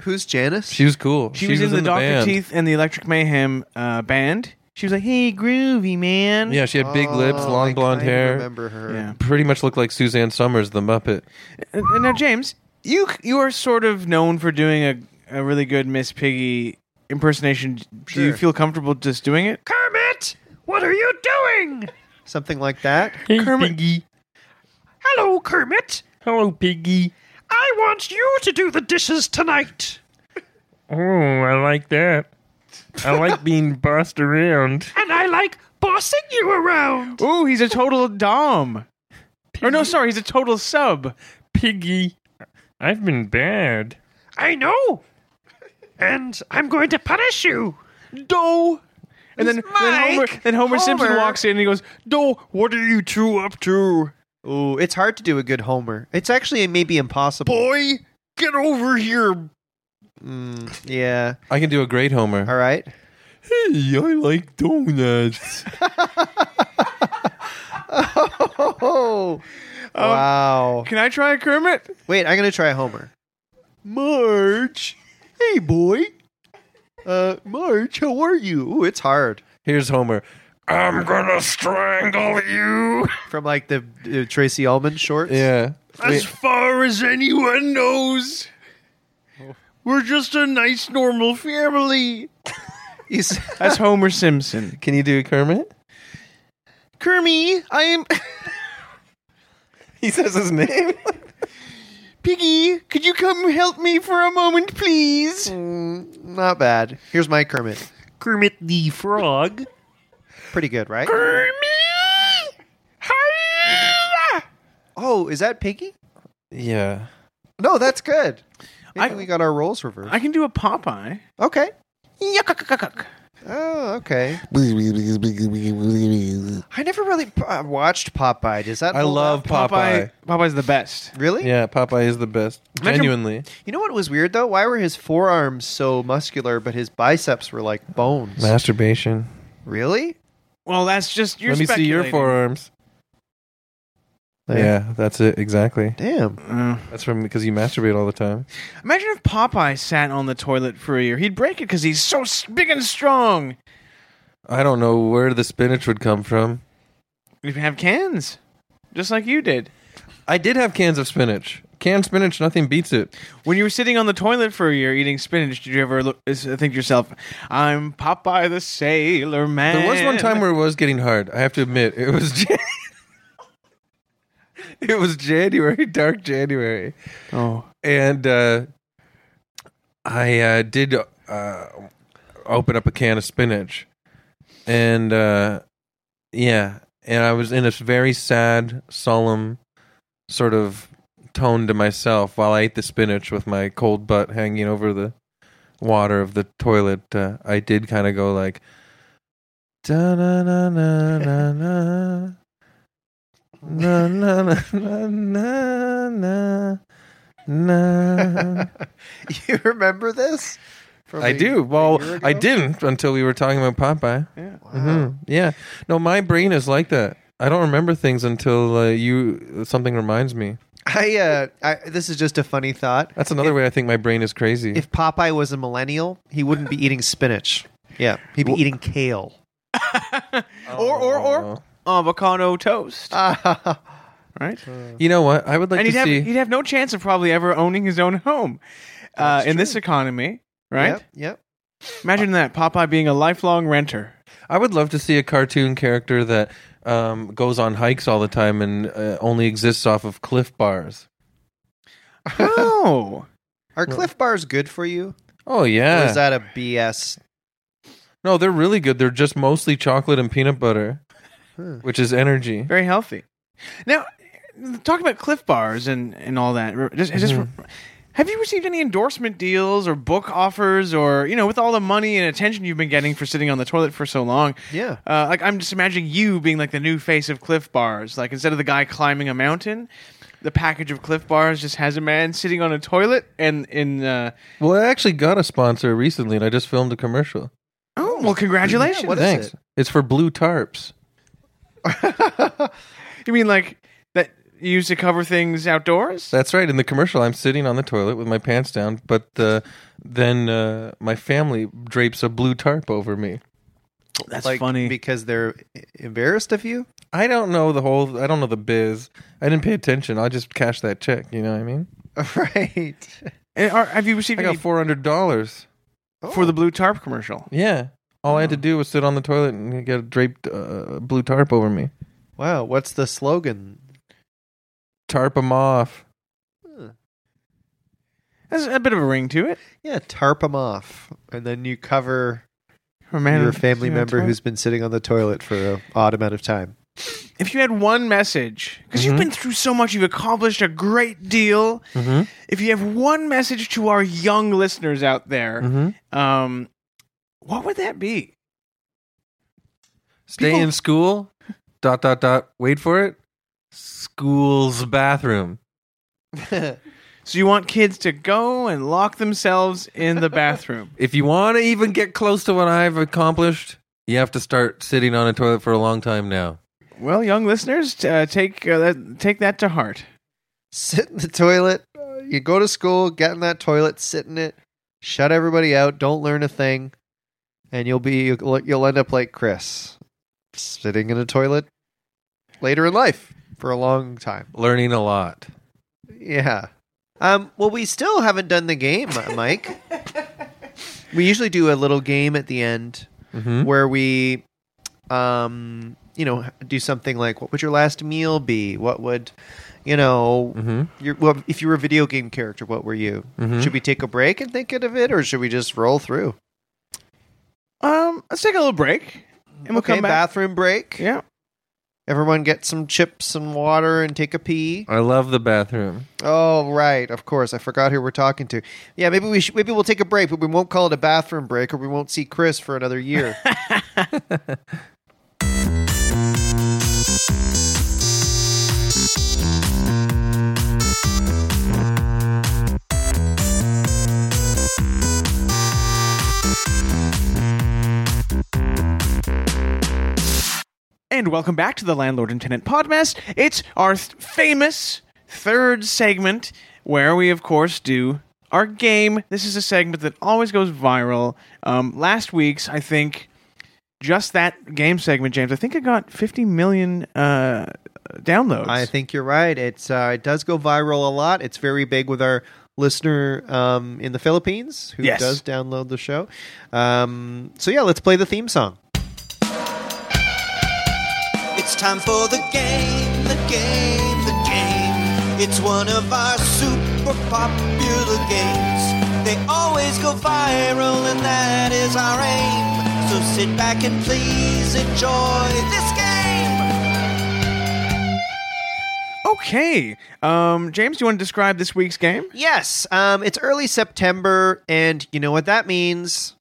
B: Who's Janice?
C: She was cool.
A: she, was in the, Doctor
C: band.
A: Teeth and the Electric Mayhem uh, band. She was like, "Hey, groovy man."
C: Yeah, she had big lips,
B: Oh,
C: long
B: I
C: blonde
B: kinda
C: hair.
B: Remember her?
A: yeah.
C: Pretty much looked like Suzanne Summers, the Muppet.
A: And, and now, James, you you are sort of known for doing a, a really good Miss Piggy impersonation. Do you
B: Sure.
A: feel comfortable just doing it? Kermit, what are you doing?
B: Something like that.
A: [LAUGHS] Kermit. Hello, Kermit.
C: Hello, Piggy.
A: I want you to do the dishes tonight.
D: Oh, I like that. I like
A: [LAUGHS]
D: being bossed around.
A: And I like bossing you around. Ooh, he's a total dom. Or no, sorry, he's a total sub.
D: Oh, Piggy, I've been bad.
A: I know. And I'm going to punish you. Do. And then, then Homer, then Homer, Simpson
B: Homer.
A: walks in and he goes, Do, what are you two up to?
B: Ooh, it's hard to do a good Homer. It's actually maybe impossible.
A: Boy, get over here.
B: Mm, yeah.
C: I can do a great Homer.
A: [LAUGHS]
B: All right.
C: Hey, I like [LAUGHS] donuts.
B: Oh, wow.
A: Can I try a Kermit?
B: Wait, I'm gonna try Homer.
A: Marge.
B: Hey, boy. Uh, Marge, how are you? Ooh, it's hard.
C: Here's Homer.
D: I'm gonna strangle you.
B: From like the uh, Tracy Ullman shorts.
C: Yeah.
A: As far as anyone knows, we're just a nice, normal family.
B: He's-
A: [LAUGHS] That's Homer Simpson.
C: Can you do a Kermit?
A: Kermit, I
B: [LAUGHS]
A: am.
C: He says his name.
A: Piggy, could you come help me for a moment, please?
B: Mm, not bad. Here's my Kermit.
D: Kermit the Frog.
B: Pretty good, right?
A: Hi-ya!
B: Oh, is that Piggy?
C: yeah.
B: No, that's good. Maybe
A: I-
B: we got our roles reversed.
A: I can do a Popeye.
B: okay.
A: Yuck, yuck, yuck, yuck, yuck.
B: Oh, okay. I never really uh, watched Popeye. Does that?
C: I
B: hold
C: love
B: up?
C: uh, Popeye.
A: Popeye's the best.
B: Really?
C: Yeah, Popeye is the best.
A: Imagine-
C: Genuinely.
B: You know what was weird though? Why were his forearms so muscular, but his biceps were like bones?
C: Masturbation.
B: Really?
A: Well, that's just you're
C: Let me see your
A: speculating.
C: forearms.
B: Yeah.
C: yeah, that's it exactly.
B: Damn. [LAUGHS]
A: Uh,
C: That's from because you masturbate all the time.
A: imagine if Popeye sat on the toilet for a year. He'd break it because he's so s- big and strong.
C: I don't know where the spinach would come from.
A: We can have cans, just like you did.
C: I did have cans of spinach. Canned spinach, nothing beats it.
A: When you were sitting on the toilet for a year eating spinach, did you ever look, is- uh, think to yourself, "I'm Popeye the Sailor Man"?
C: There was one time where it was getting hard. I have to admit, it was. [LAUGHS] Jan- it was January, dark January,
A: Oh,
C: and uh, I uh, did uh, open up a can of spinach, and uh, yeah, and I was in a very sad, solemn sort of tone to myself while I ate the spinach with my cold butt hanging over the water of the toilet. Uh, I did kind of go like, da na na na na na. Na na na na na na na.
B: you remember this? From
C: I
B: a-
C: do.
B: a
C: Well,
B: year ago?
C: I didn't until we were talking about Popeye.
A: yeah.
B: Wow.
C: Mhm. Yeah. No, my brain is like that. I don't remember things until uh, you something reminds me.
B: I, uh, I. This is just a funny thought.
C: That's another way I think my brain is crazy.
B: If Popeye was a millennial, he wouldn't be eating spinach. Yeah, he'd be eating kale.
A: or or or avocado toast,
B: Ah,
A: Oh. right?
C: you know what? I would like
A: and he'd
C: to
A: have
C: see.
A: he'd have no chance of probably ever owning his own home uh,
B: That's
A: in
B: true.
A: this economy, right?
B: Yep. yep.
A: Imagine that Popeye being a lifelong renter.
C: I would love to see a cartoon character that um, goes on hikes all the time and uh, only exists off of cliff bars.
A: Oh,
B: Are Cliff Bars good for you?
C: Oh
B: Or
C: yeah.
B: is that a BS?
C: no, they're really good. They're just mostly chocolate and peanut butter,
B: Huh.
C: which is energy.
A: very healthy. Now, talk about Cliff Bars and and all that. Re- Just, just
C: Mhm.
A: have you received any endorsement deals or book offers or you know, with all the money and attention you've been getting for sitting on the toilet for so long?
B: Yeah.
A: Uh, like I'm just imagining you being like the new face of Cliff Bars. Like instead of the guy climbing a mountain, the package of Cliff Bars just has a man sitting on a toilet and in. Uh,
C: Well, I actually got a sponsor recently, and I just filmed a commercial.
A: oh well, congratulations!
B: Yeah, what is
C: Thanks.
B: it?
C: It's for blue tarps.
A: you mean like that you used to cover things outdoors?
C: That's right. In the commercial, I'm sitting on the toilet with my pants down, but uh, then uh, my family drapes a blue tarp over me.
A: That's
B: Like, because they're e- embarrassed of you. [LAUGHS]
C: I don't know the whole. I don't know the biz. I didn't pay attention. I just cashed that check. You know what I mean?
B: Right.
A: And are, have you received
C: I got
A: any
C: four hundred dollars.
A: for the blue tarp commercial?
C: Yeah. All I had to do was sit on the toilet and get a draped uh, blue tarp over me.
B: Wow, what's the slogan?
C: Tarp 'em off.
A: That's a bit of a ring to it.
B: Yeah, tarp them off, and then you cover
A: For a man
B: your
A: who's
B: family
A: sitting on a
B: member
A: toilet.
B: who's been sitting on the toilet for an odd amount of time.
A: If you had one message, because you've
C: Mhm.
A: been through so much, you've accomplished a great deal.
C: Mm-hmm.
A: If you have one message to our young listeners out there,
C: Mm-hmm.
A: um, what would that be?
C: Stay
A: People-
C: in school. Dot dot dot. Wait for it. School's bathroom.
A: So you want kids to go and lock themselves in
C: [LAUGHS]
A: the bathroom.
C: if you want to even get close to what I've accomplished, you have to start sitting on a toilet for a long time now.
A: well, young listeners, t- uh, take uh, that, take that to heart.
B: sit in the toilet. uh, You go to school, get in that toilet, sit in it, shut everybody out, don't learn a thing, and you'll be you'll, you'll end up like Chris, sitting in a toilet later in life for a long time.
C: Learning a lot.
B: Yeah. Um, well, we still haven't done the game, Mike. we usually do a little game at the end
A: Hmm?
C: Mm-hmm.
B: where we, um, you know, do something like, "What would your last meal be? What would, you know,
C: Mm-hmm.
B: your, well, if you were a video game character, what were you?
A: Hmm?
C: Mhm.
B: Should we take a break and think of it, or should we just roll through?
A: Um, let's take a little break, and we'll
B: okay,
A: come back.
B: bathroom break.
A: Yeah.
B: Everyone get some chips and water and take a pee.
C: I love the bathroom.
B: Oh, right. Of course. I forgot who we're talking to. Yeah, maybe we should, maybe we'll take a break, but we won't call it a bathroom break or we won't see Chris for another year.
A: And welcome back to the Landlord and Tenant Podmas. It's our th- famous third segment where we, of course, do our game. This is a segment that always goes viral. Um, last week's, I think, just that game segment, James, I think it got 50 million uh, downloads.
B: I think you're right. It's uh, it does go viral a lot. It's very big with our listener um, in the Philippines who
A: Yes.
B: does download the show. Um, so yeah, let's play the theme song.
E: It's time for the game, the game, the game. It's one of our super popular games. They always go viral, and that is our aim. So sit back and please enjoy this game.
A: Okay. Um, James, do you want to describe this week's game?
B: Yes, um, it's early September, and you know what that means.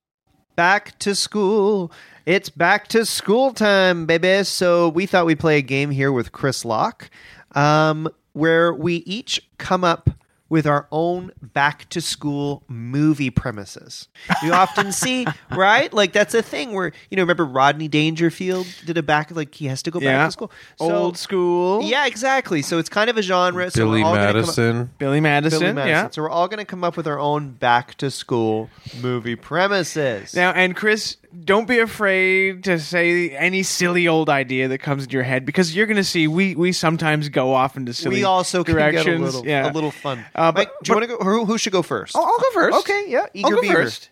B: Back to school. It's back to school time, baby. So we thought we'd play a game here with Chris Locke, um, where we each come up with our own back to school movie premises.
A: [LAUGHS]
B: You often see, right? Like that's a thing where you know. Remember Rodney Dangerfield did a back like he has to go
A: Yeah.
B: back to school.
A: Old school.
B: Yeah, exactly. So it's kind of a genre. so
C: Billy
B: we're all gonna come up-
C: Madison.
A: Billy Madison.
B: Billy Madison.
A: Yeah.
B: So we're all going to come up with our own back to school movie premises.
A: Now, and Chris, don't be afraid to say any silly old idea that comes into your head because you're going to see we we sometimes go off into silly
B: we also can get
A: directions.
B: a little,
A: yeah.
B: a little fun.
A: Uh,
B: Mike,
A: but-
B: do you want to go? Who, who should go first?
A: I'll, I'll go first.
B: okay, yeah, eager
A: I'll go
B: beaver.
A: first.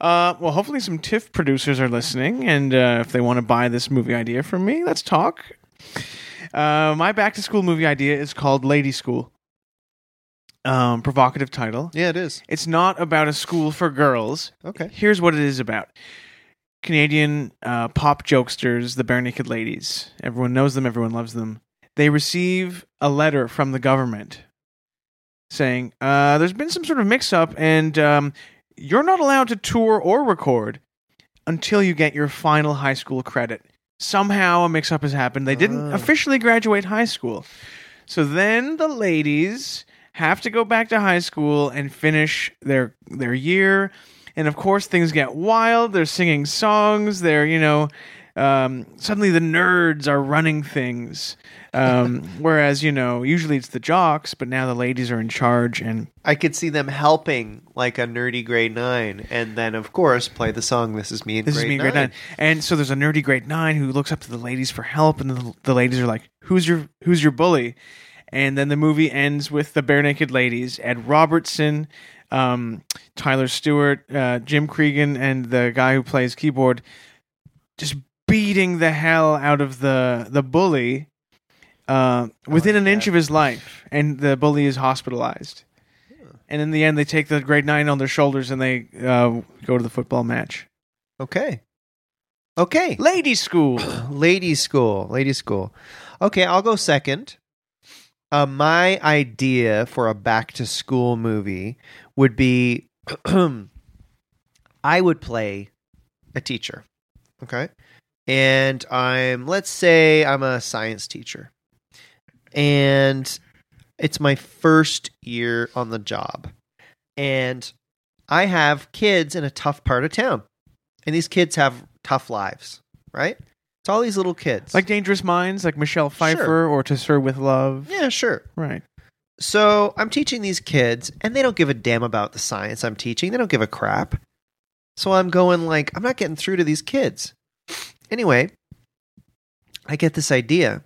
A: Uh, well, hopefully, some TIFF producers are listening, and uh, if they want to buy this movie idea from me, let's talk. Uh, my back to school movie idea is called Lady School. Um, provocative title.
B: Yeah, it is.
A: It's not about a school for girls.
B: Okay.
A: Here's what it is about Canadian uh, pop jokesters, the Bare Naked Ladies. Everyone knows them, everyone loves them. They receive a letter from the government saying, uh, There's been some sort of mix up, and um, you're not allowed to tour or record until you get your final high school credit. Somehow a mix up has happened. They didn't
B: Ah.
A: officially graduate high school. So then the ladies have to go back to high school and finish their their year. And of course things get wild. They're singing songs. They're, you know, um, suddenly the nerds are running things. Um, whereas, you know, usually it's the jocks, but now the ladies are in charge and
B: I could see them helping like a nerdy grade nine, and then of course play the song "This Is Me" in
A: This
B: grade
A: is me in grade nine. And so there's a nerdy grade nine who looks up to the ladies for help, and the, the ladies are like, "Who's your Who's your bully?" And then the movie ends with the bare naked ladies: Ed Robertson, um, Tyler Stewart, uh, Jim Cregan, and the guy who plays keyboard, just beating the hell out of the the bully uh, within an inch of his life, and the bully is hospitalized. And in the end, they take the grade nine on their shoulders and they uh, go to the football match.
B: Okay. Okay.
A: Lady school.
B: Lady school, lady school. Okay, I'll go second. Uh, my idea for a back to school movie would be [CLEARS THROAT] I would play a teacher. Okay. And I'm, let's say I'm a science teacher. And it's my first year on the job. And I have kids in a tough part of town. And these kids have tough lives, right? It's all these little kids.
A: [CLEARS THROAT] like Dangerous Minds, like Michelle Pfeiffer or To Sir with Love.
B: yeah, sure.
A: Right.
B: So I'm teaching these kids, and they don't give a damn about the science I'm teaching. They don't give a crap. So I'm going like, I'm not getting through to these kids. Anyway, I get this idea.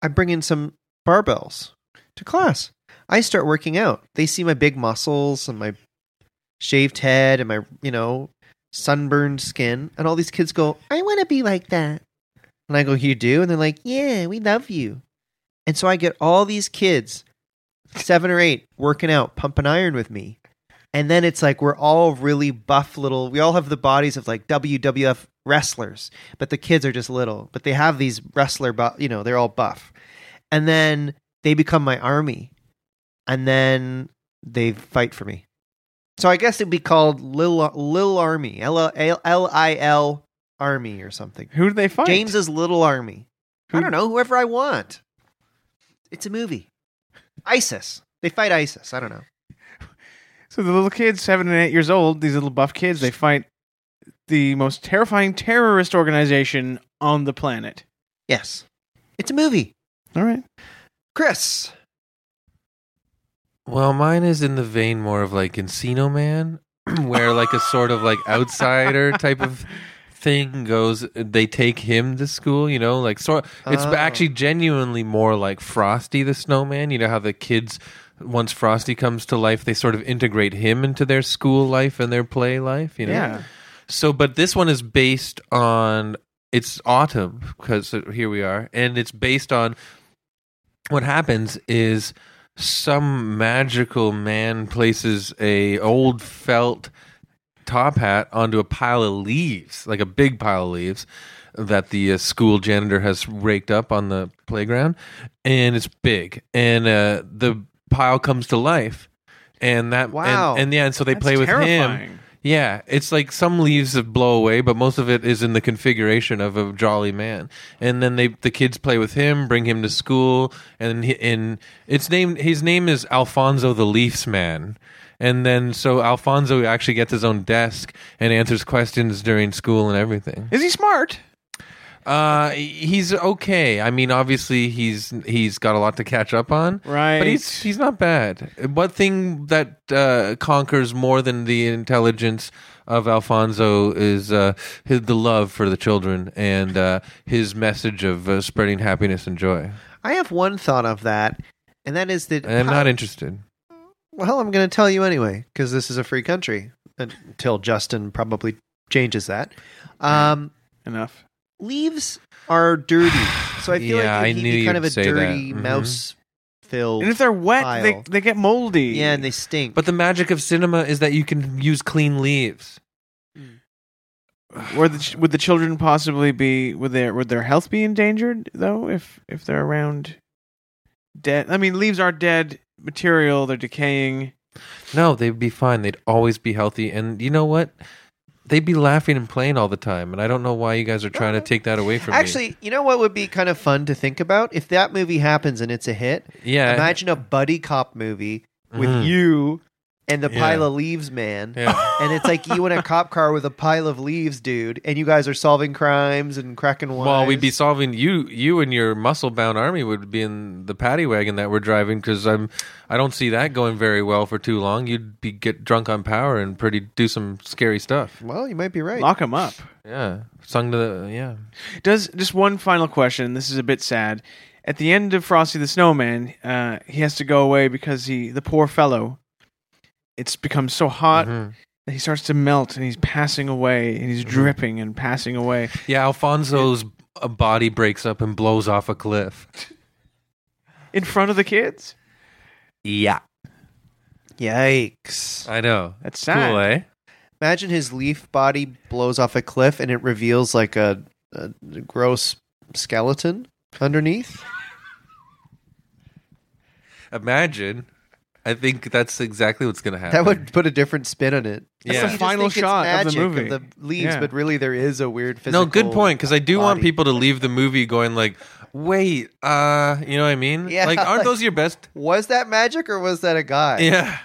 B: I bring in some barbells to class. I start working out. They see my big muscles and my shaved head and my, you know, sunburned skin. And all these kids go, I want to be like that. And I go, You do? And they're like, Yeah, we love you. And so I get all these kids seven or eight working out, pumping iron with me. And then it's like we're all really buff little. We all have the bodies of like WWF wrestlers, but the kids are just little. But they have these wrestler, bu- you know, they're all buff, and then they become my army, and then they fight for me. So I guess it'd be called Lil Lil Army, L L I L Army or something.
A: Who do they fight?
B: James's Little Army. I don't know, whoever I want. It's a movie. ISIS. They fight ISIS. I don't know.
A: So the little kids, seven and eight years old, these little buff kids, they fight the most terrifying terrorist organization on the planet.
B: Yes. It's a movie.
A: All right.
B: Chris.
C: Well, mine is in the vein more of like Encino Man, [CLEARS THROAT] where like a sort of like outsider type of thing goes. They take him to school, you know, like sort. It's
B: Oh.
C: actually genuinely more like Frosty the Snowman. You know how the kids, once Frosty comes to life, they sort of integrate him into their school life and their play life. You know,
A: Yeah.
C: so, but this one is based on it's autumn because here we are, and it's based on what happens is some magical man places a old felt top hat onto a pile of leaves, like a big pile of leaves that the uh, school janitor has raked up on the playground, and it's big, and uh, the pile comes to life, and that and-
B: Wow.
C: and, yeah, and so they
A: That's
C: play with him.
A: terrifying.
C: Yeah, it's like some leaves that blow away, but most of it is in the configuration of a jolly man. And then they the kids play with him, bring him to school, and he, and it's named his name is Alfonso the Leafs Man. And then so Alfonso actually gets his own desk and answers questions during school and everything.
A: Is he smart?
C: Uh, he's okay. I mean, obviously he's he's got a lot to catch up on,
A: Right.
C: But he's he's not bad. What thing that uh, conquers more than the intelligence of Alfonso is uh, his, the love for the children and uh, his message of uh, spreading happiness and joy.
B: I have one thought of that, and that is that.
C: I'm not interested.
B: well, I'm going to tell you anyway, because this is a free country until Justin probably changes that. Um,
A: Enough.
B: leaves are dirty, so I feel
C: Yeah, I
B: like he'd
C: knew
B: be
C: you
B: kind of
C: would
B: a
C: say that.
B: dirty
C: Mhm.
B: mouse filled.
A: And if they're wet, they,
B: Pile.
A: they get moldy.
B: yeah, and they stink.
C: But the magic of cinema is that you can use clean leaves.
A: Or the, ch- [SIGHS] would the children possibly be would their would their health be endangered though if if they're around dead? I mean, leaves are dead material; they're decaying.
C: No, they'd be fine. They'd always be healthy. And you know what? They'd be laughing and playing all the time. And I don't know why you guys are trying to take that away from me.
B: Actually, you know what would be kind of fun to think about if that movie happens and it's a hit.
C: Actually, yeah.
B: Imagine a buddy cop movie with
C: Mhm.
B: you and the
C: Yeah.
B: pile of leaves man.
C: Yeah.
B: And it's like you in
C: [LAUGHS]
B: a cop car with a pile of leaves, dude, and you guys are solving crimes and cracking wise.
C: Well, we'd be solving you. You and your muscle-bound army would be in the paddy wagon that we're driving because I'm. I don't see that going very well for too long. You'd be get drunk on power and pretty do some scary stuff.
B: Well, you might be right.
A: Lock them up.
C: Yeah, sung to the yeah.
A: Does just one final question? This is a bit sad. At the end of Frosty the Snowman, uh, he has to go away because he the poor fellow. It's become so
B: Uh,
A: hot
C: Mhm.
A: that he starts to melt and he's passing away and he's dripping and passing away.
C: Yeah, Alfonso's uh body breaks up and blows off a cliff.
A: in front of the kids.
C: Yeah,
B: Yikes.
C: I know.
A: That's sad.
C: Cool, eh?
B: Imagine his leaf body blows off a cliff and it reveals like a, a gross skeleton underneath.
C: Imagine. I think that's exactly what's gonna happen.
B: That would put a different spin on it.
C: That's
B: You
C: the
B: just
A: final
B: think it's
A: shot of the
B: magic
A: movie.
B: the leaves,
A: Yeah.
B: but really there is a weird physical.
C: no, good point. Because I do want
B: body.
C: people to leave the movie going like, "Wait, uh, you know what I mean?
B: Yeah,
C: like, aren't
B: like-
C: those your best?
B: Was that magic or was that a guy?
C: Yeah,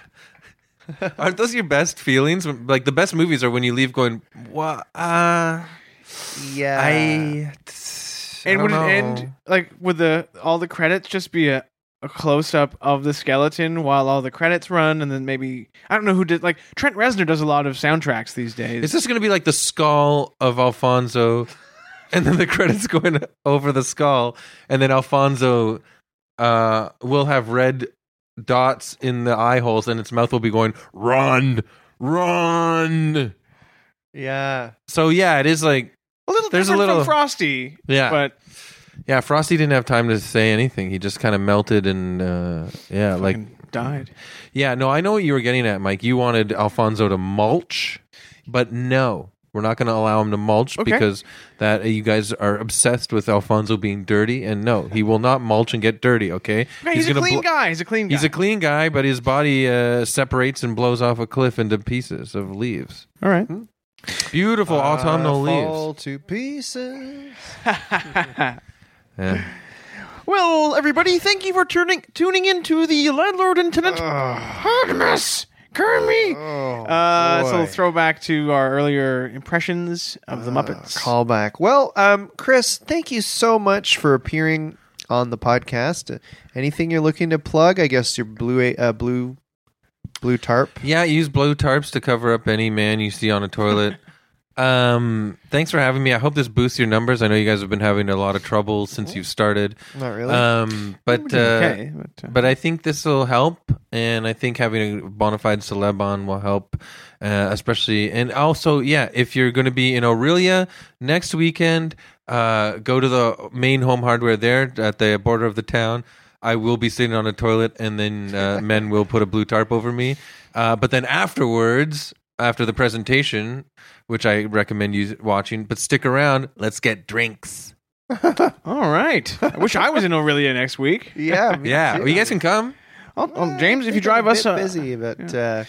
C: aren't those your best feelings? Like the best movies are when you leave going, "What? Uh,
B: Yeah.
C: I."
A: And would
C: I
A: it
C: don't know."
A: end like would the all the credits just be a, a close up of the skeleton while all the credits run, and then maybe I don't know who did like Trent Reznor does a lot of soundtracks these days.
C: Is this going to be like the skull of Alfonso, and then the [LAUGHS] credits going over the skull, and then Alfonso uh, will have red dots in the eye holes, and its mouth will be going run, run.
B: Yeah.
C: So yeah, it is like
A: a little
C: there's a
A: different
C: little-
A: from Frosty,
C: yeah,
A: but
C: yeah. Frosty didn't have time to say anything. He just kind of melted and uh, yeah, like
A: fucking died.
C: yeah. No, I know what you were getting at, Mike. You wanted Alfonso to mulch, but no, We're not going to allow him to mulch
A: Okay.
C: because that you guys are obsessed with Alfonso being dirty. And no, he will not mulch and get dirty. Okay,
A: Yeah, he's, a
C: gonna
A: clean
C: blo-
A: guy. He's a clean guy.
C: He's a clean guy, but his body uh, separates and blows off a cliff into pieces of leaves.
A: All right.
C: Hmm? Beautiful
A: Uh,
C: autumnal
B: I Fall
C: leaves.
B: to pieces.
C: Yeah.
A: Well, everybody, thank you for turning tuning in to the landlord and tenant Artemis Kermit.
B: Oh,
A: uh, it's a little
B: boy. Uh,
A: throwback to our earlier impressions of the Muppets.
B: callback. Well, um, Chris, thank you so much for appearing on the podcast. Uh, Anything you're looking to plug? I guess your blue uh, blue blue tarp.
C: Yeah, use blue tarps to cover up any man you see on a toilet. um, thanks for having me. I hope this boosts your numbers. I know you guys have been having a lot of trouble since you've started.
B: Not really.
C: Um, but uh,
A: okay, but, uh,
C: but I think this will help, and I think having a bona fide celeb on will help, uh, especially. And also, yeah, if you're going to be in Aurelia next weekend, uh, go to the main home hardware there at the border of the town. I will be sitting on a toilet, and then uh, men will put a blue tarp over me. Uh, but then afterwards, after the presentation, which I recommend you watching, but stick around. Let's get drinks.
A: uh, all right. I wish I was in Aurelia next week.
B: yeah, me
C: Yeah,
B: too.
C: well, you guys can come.
A: I'll, I'll- James, if you
B: I'm
A: drive
B: a
A: us,
B: bit
A: uh,
B: busy, but uh,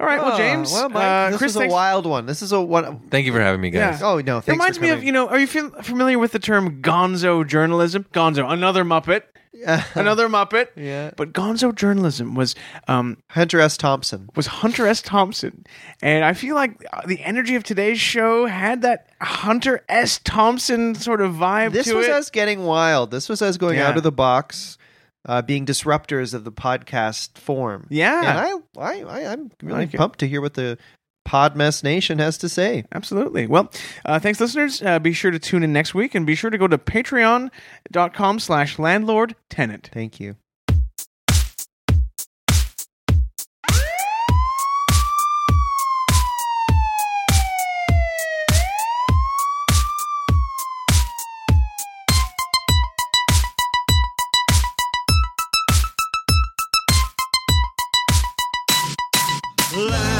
A: all right. Well,
B: oh,
A: James,
B: well, Mike,
A: uh,
B: this
A: Chris,
B: was a
A: thanks-
B: wild one. This is a one.
C: Thank you for having me, guys.
A: Yeah.
B: Oh no, thanks
A: It reminds
B: for
A: me of you know. Are you feel, familiar with the term Gonzo journalism? Gonzo, another Muppet,
B: know
A: another Muppet.
B: Yeah.
A: But Gonzo journalism was um,
B: Hunter S. Thompson.
A: was Hunter S. Thompson, and I feel like uh, the energy of today's show had that Hunter S. Thompson sort of vibe
B: This
A: to
B: was
A: it.
B: us getting wild. This was us going
A: Yeah.
B: out of the box, uh, being disruptors of the podcast form.
A: yeah,
B: And I, I, I I'm really
A: like it.
B: pumped to hear what the Podmess Nation has to say.
A: absolutely. Well, uh, thanks, listeners. Uh, be sure to tune in next week, and be sure to go to patreon.com slash landlord tenant.
B: Thank you.
E: Land